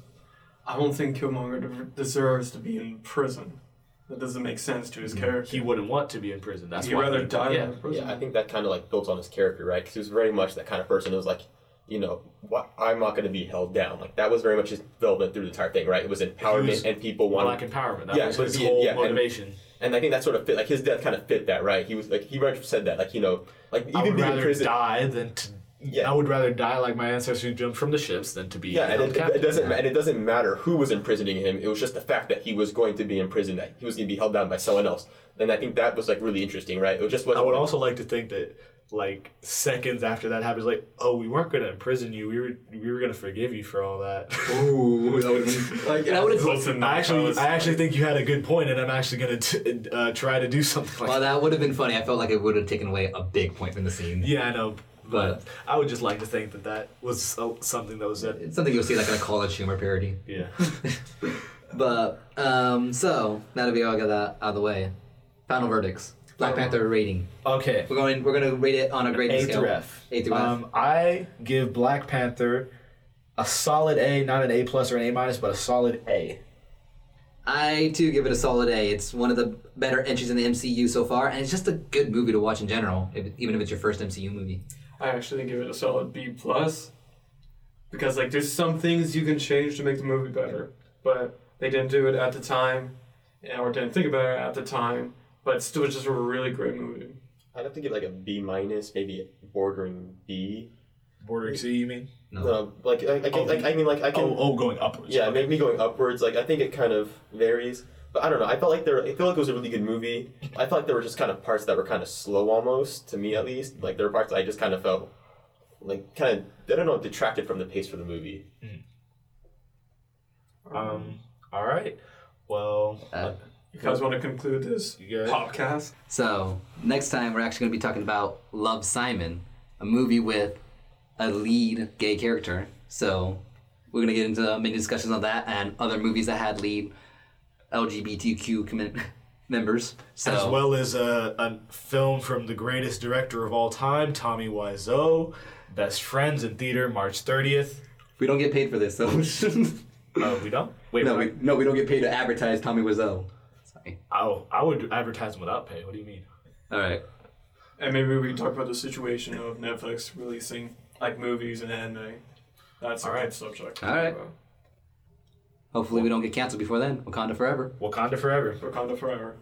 [SPEAKER 8] I don't think Killmonger de- deserves to be in prison. That doesn't make sense to his character.
[SPEAKER 9] Mm-hmm. He wouldn't want to be in prison. That's
[SPEAKER 8] He'd
[SPEAKER 9] why
[SPEAKER 8] rather
[SPEAKER 9] he-
[SPEAKER 8] die
[SPEAKER 9] Yeah.
[SPEAKER 8] than in prison.
[SPEAKER 7] Yeah, I think that kind of like built on his character, right? Because he was very much that kind of person who was like, you know, wha- I'm not going to be held down. Like that was very much his development through the entire thing, right? It was empowerment
[SPEAKER 9] was
[SPEAKER 7] and people
[SPEAKER 9] Black
[SPEAKER 7] wanted.
[SPEAKER 9] empowerment. That
[SPEAKER 7] Yeah,
[SPEAKER 9] was
[SPEAKER 7] but
[SPEAKER 9] his
[SPEAKER 7] the-
[SPEAKER 9] whole
[SPEAKER 7] yeah, and-
[SPEAKER 9] motivation.
[SPEAKER 7] and I think that sort of fit. Like his death kind of fit that, right? He was like he very much said that, like you know, like
[SPEAKER 9] I
[SPEAKER 7] even
[SPEAKER 9] would
[SPEAKER 7] being in
[SPEAKER 9] rather
[SPEAKER 7] prison.
[SPEAKER 9] die than to.
[SPEAKER 7] Yeah.
[SPEAKER 9] I would rather die like my ancestors who jumped from the ships than to be.
[SPEAKER 7] Yeah, and
[SPEAKER 9] held
[SPEAKER 7] it, it
[SPEAKER 9] captive.
[SPEAKER 7] doesn't ma- and it doesn't matter who was imprisoning him. It was just the fact that he was going to be imprisoned, that he was going to be held down by someone else. And I think that was like really interesting, right? It just was.
[SPEAKER 9] I would also like to think that, like seconds after that happens, like, oh, we weren't going to imprison you. We were we were going to forgive you for all that.
[SPEAKER 6] Ooh, that would be.
[SPEAKER 8] Like,
[SPEAKER 6] I would've-
[SPEAKER 8] Wilson,
[SPEAKER 9] I actually,
[SPEAKER 8] was-
[SPEAKER 9] I actually think you had a good point, and I'm actually going to uh, try to do something like
[SPEAKER 6] Well,
[SPEAKER 9] that.
[SPEAKER 6] that would have been funny. I felt like it would have taken away a big point from the scene.
[SPEAKER 9] Yeah, I know, but
[SPEAKER 6] But-
[SPEAKER 9] I would just like to think that that was so, something that was said.
[SPEAKER 6] It's something you'll see like in a college humor parody.
[SPEAKER 9] Yeah.
[SPEAKER 6] But um, so now that we all got that out of the way, final verdicts. Black Panther rating.
[SPEAKER 9] okay.
[SPEAKER 6] We're going. We're going to rate it on a grading
[SPEAKER 9] A
[SPEAKER 6] scale.
[SPEAKER 9] through F.
[SPEAKER 6] A through F.
[SPEAKER 9] Um, I give Black Panther a solid A, not an A plus or an A minus, but a solid A.
[SPEAKER 6] I too give it a solid A. It's one of the better entries in the MCU so far, and it's just a good movie to watch in general, if, even if it's your first MCU movie.
[SPEAKER 8] I actually give it a solid B plus. Because like there's some things you can change to make the movie better, but they didn't do it at the time, and- or didn't think about it at the time. But it's still just a really great movie.
[SPEAKER 7] I'd have to give like a B minus, maybe bordering B.
[SPEAKER 9] Bordering C, E, you mean?
[SPEAKER 7] No, like I, I can,
[SPEAKER 9] Oh,
[SPEAKER 7] like I mean, like I can.
[SPEAKER 9] Oh, oh, going upwards.
[SPEAKER 7] Yeah, maybe going upwards. Like I think it kind of varies, but I don't know. I felt like there. I feel like it was a really good movie. I felt like there were just kind of parts that were kind of slow, almost to me at least. Like there were parts I just kind of felt like kind of I don't know detracted from the pace for the movie.
[SPEAKER 9] Um, all right. Well,
[SPEAKER 6] Uh,
[SPEAKER 8] You guys want to conclude this
[SPEAKER 9] You got
[SPEAKER 8] podcast?
[SPEAKER 6] So next time we're actually going to be talking about Love Simon, a movie with a lead gay character. So we're going to get into many discussions on that and other movies that had lead LGBTQ commi- members. So
[SPEAKER 9] as well as a, a film from the greatest director of all time, Tommy Wiseau, Best Friends in Theater, March 30th.
[SPEAKER 6] we don't get paid for this, so
[SPEAKER 9] Uh, we don't? Wait,
[SPEAKER 6] no,
[SPEAKER 9] what?
[SPEAKER 6] we, no, we don't get paid to advertise Tommy Wiseau. Sorry.
[SPEAKER 9] Oh, I would advertise them without pay. What do you mean?
[SPEAKER 6] All right.
[SPEAKER 8] And maybe we can talk about the situation of Netflix releasing like movies and anime. That's a
[SPEAKER 9] All right.
[SPEAKER 8] good subject.
[SPEAKER 6] All right. Hopefully, we don't get canceled before then. Wakanda forever.
[SPEAKER 9] Wakanda forever.
[SPEAKER 8] Wakanda forever.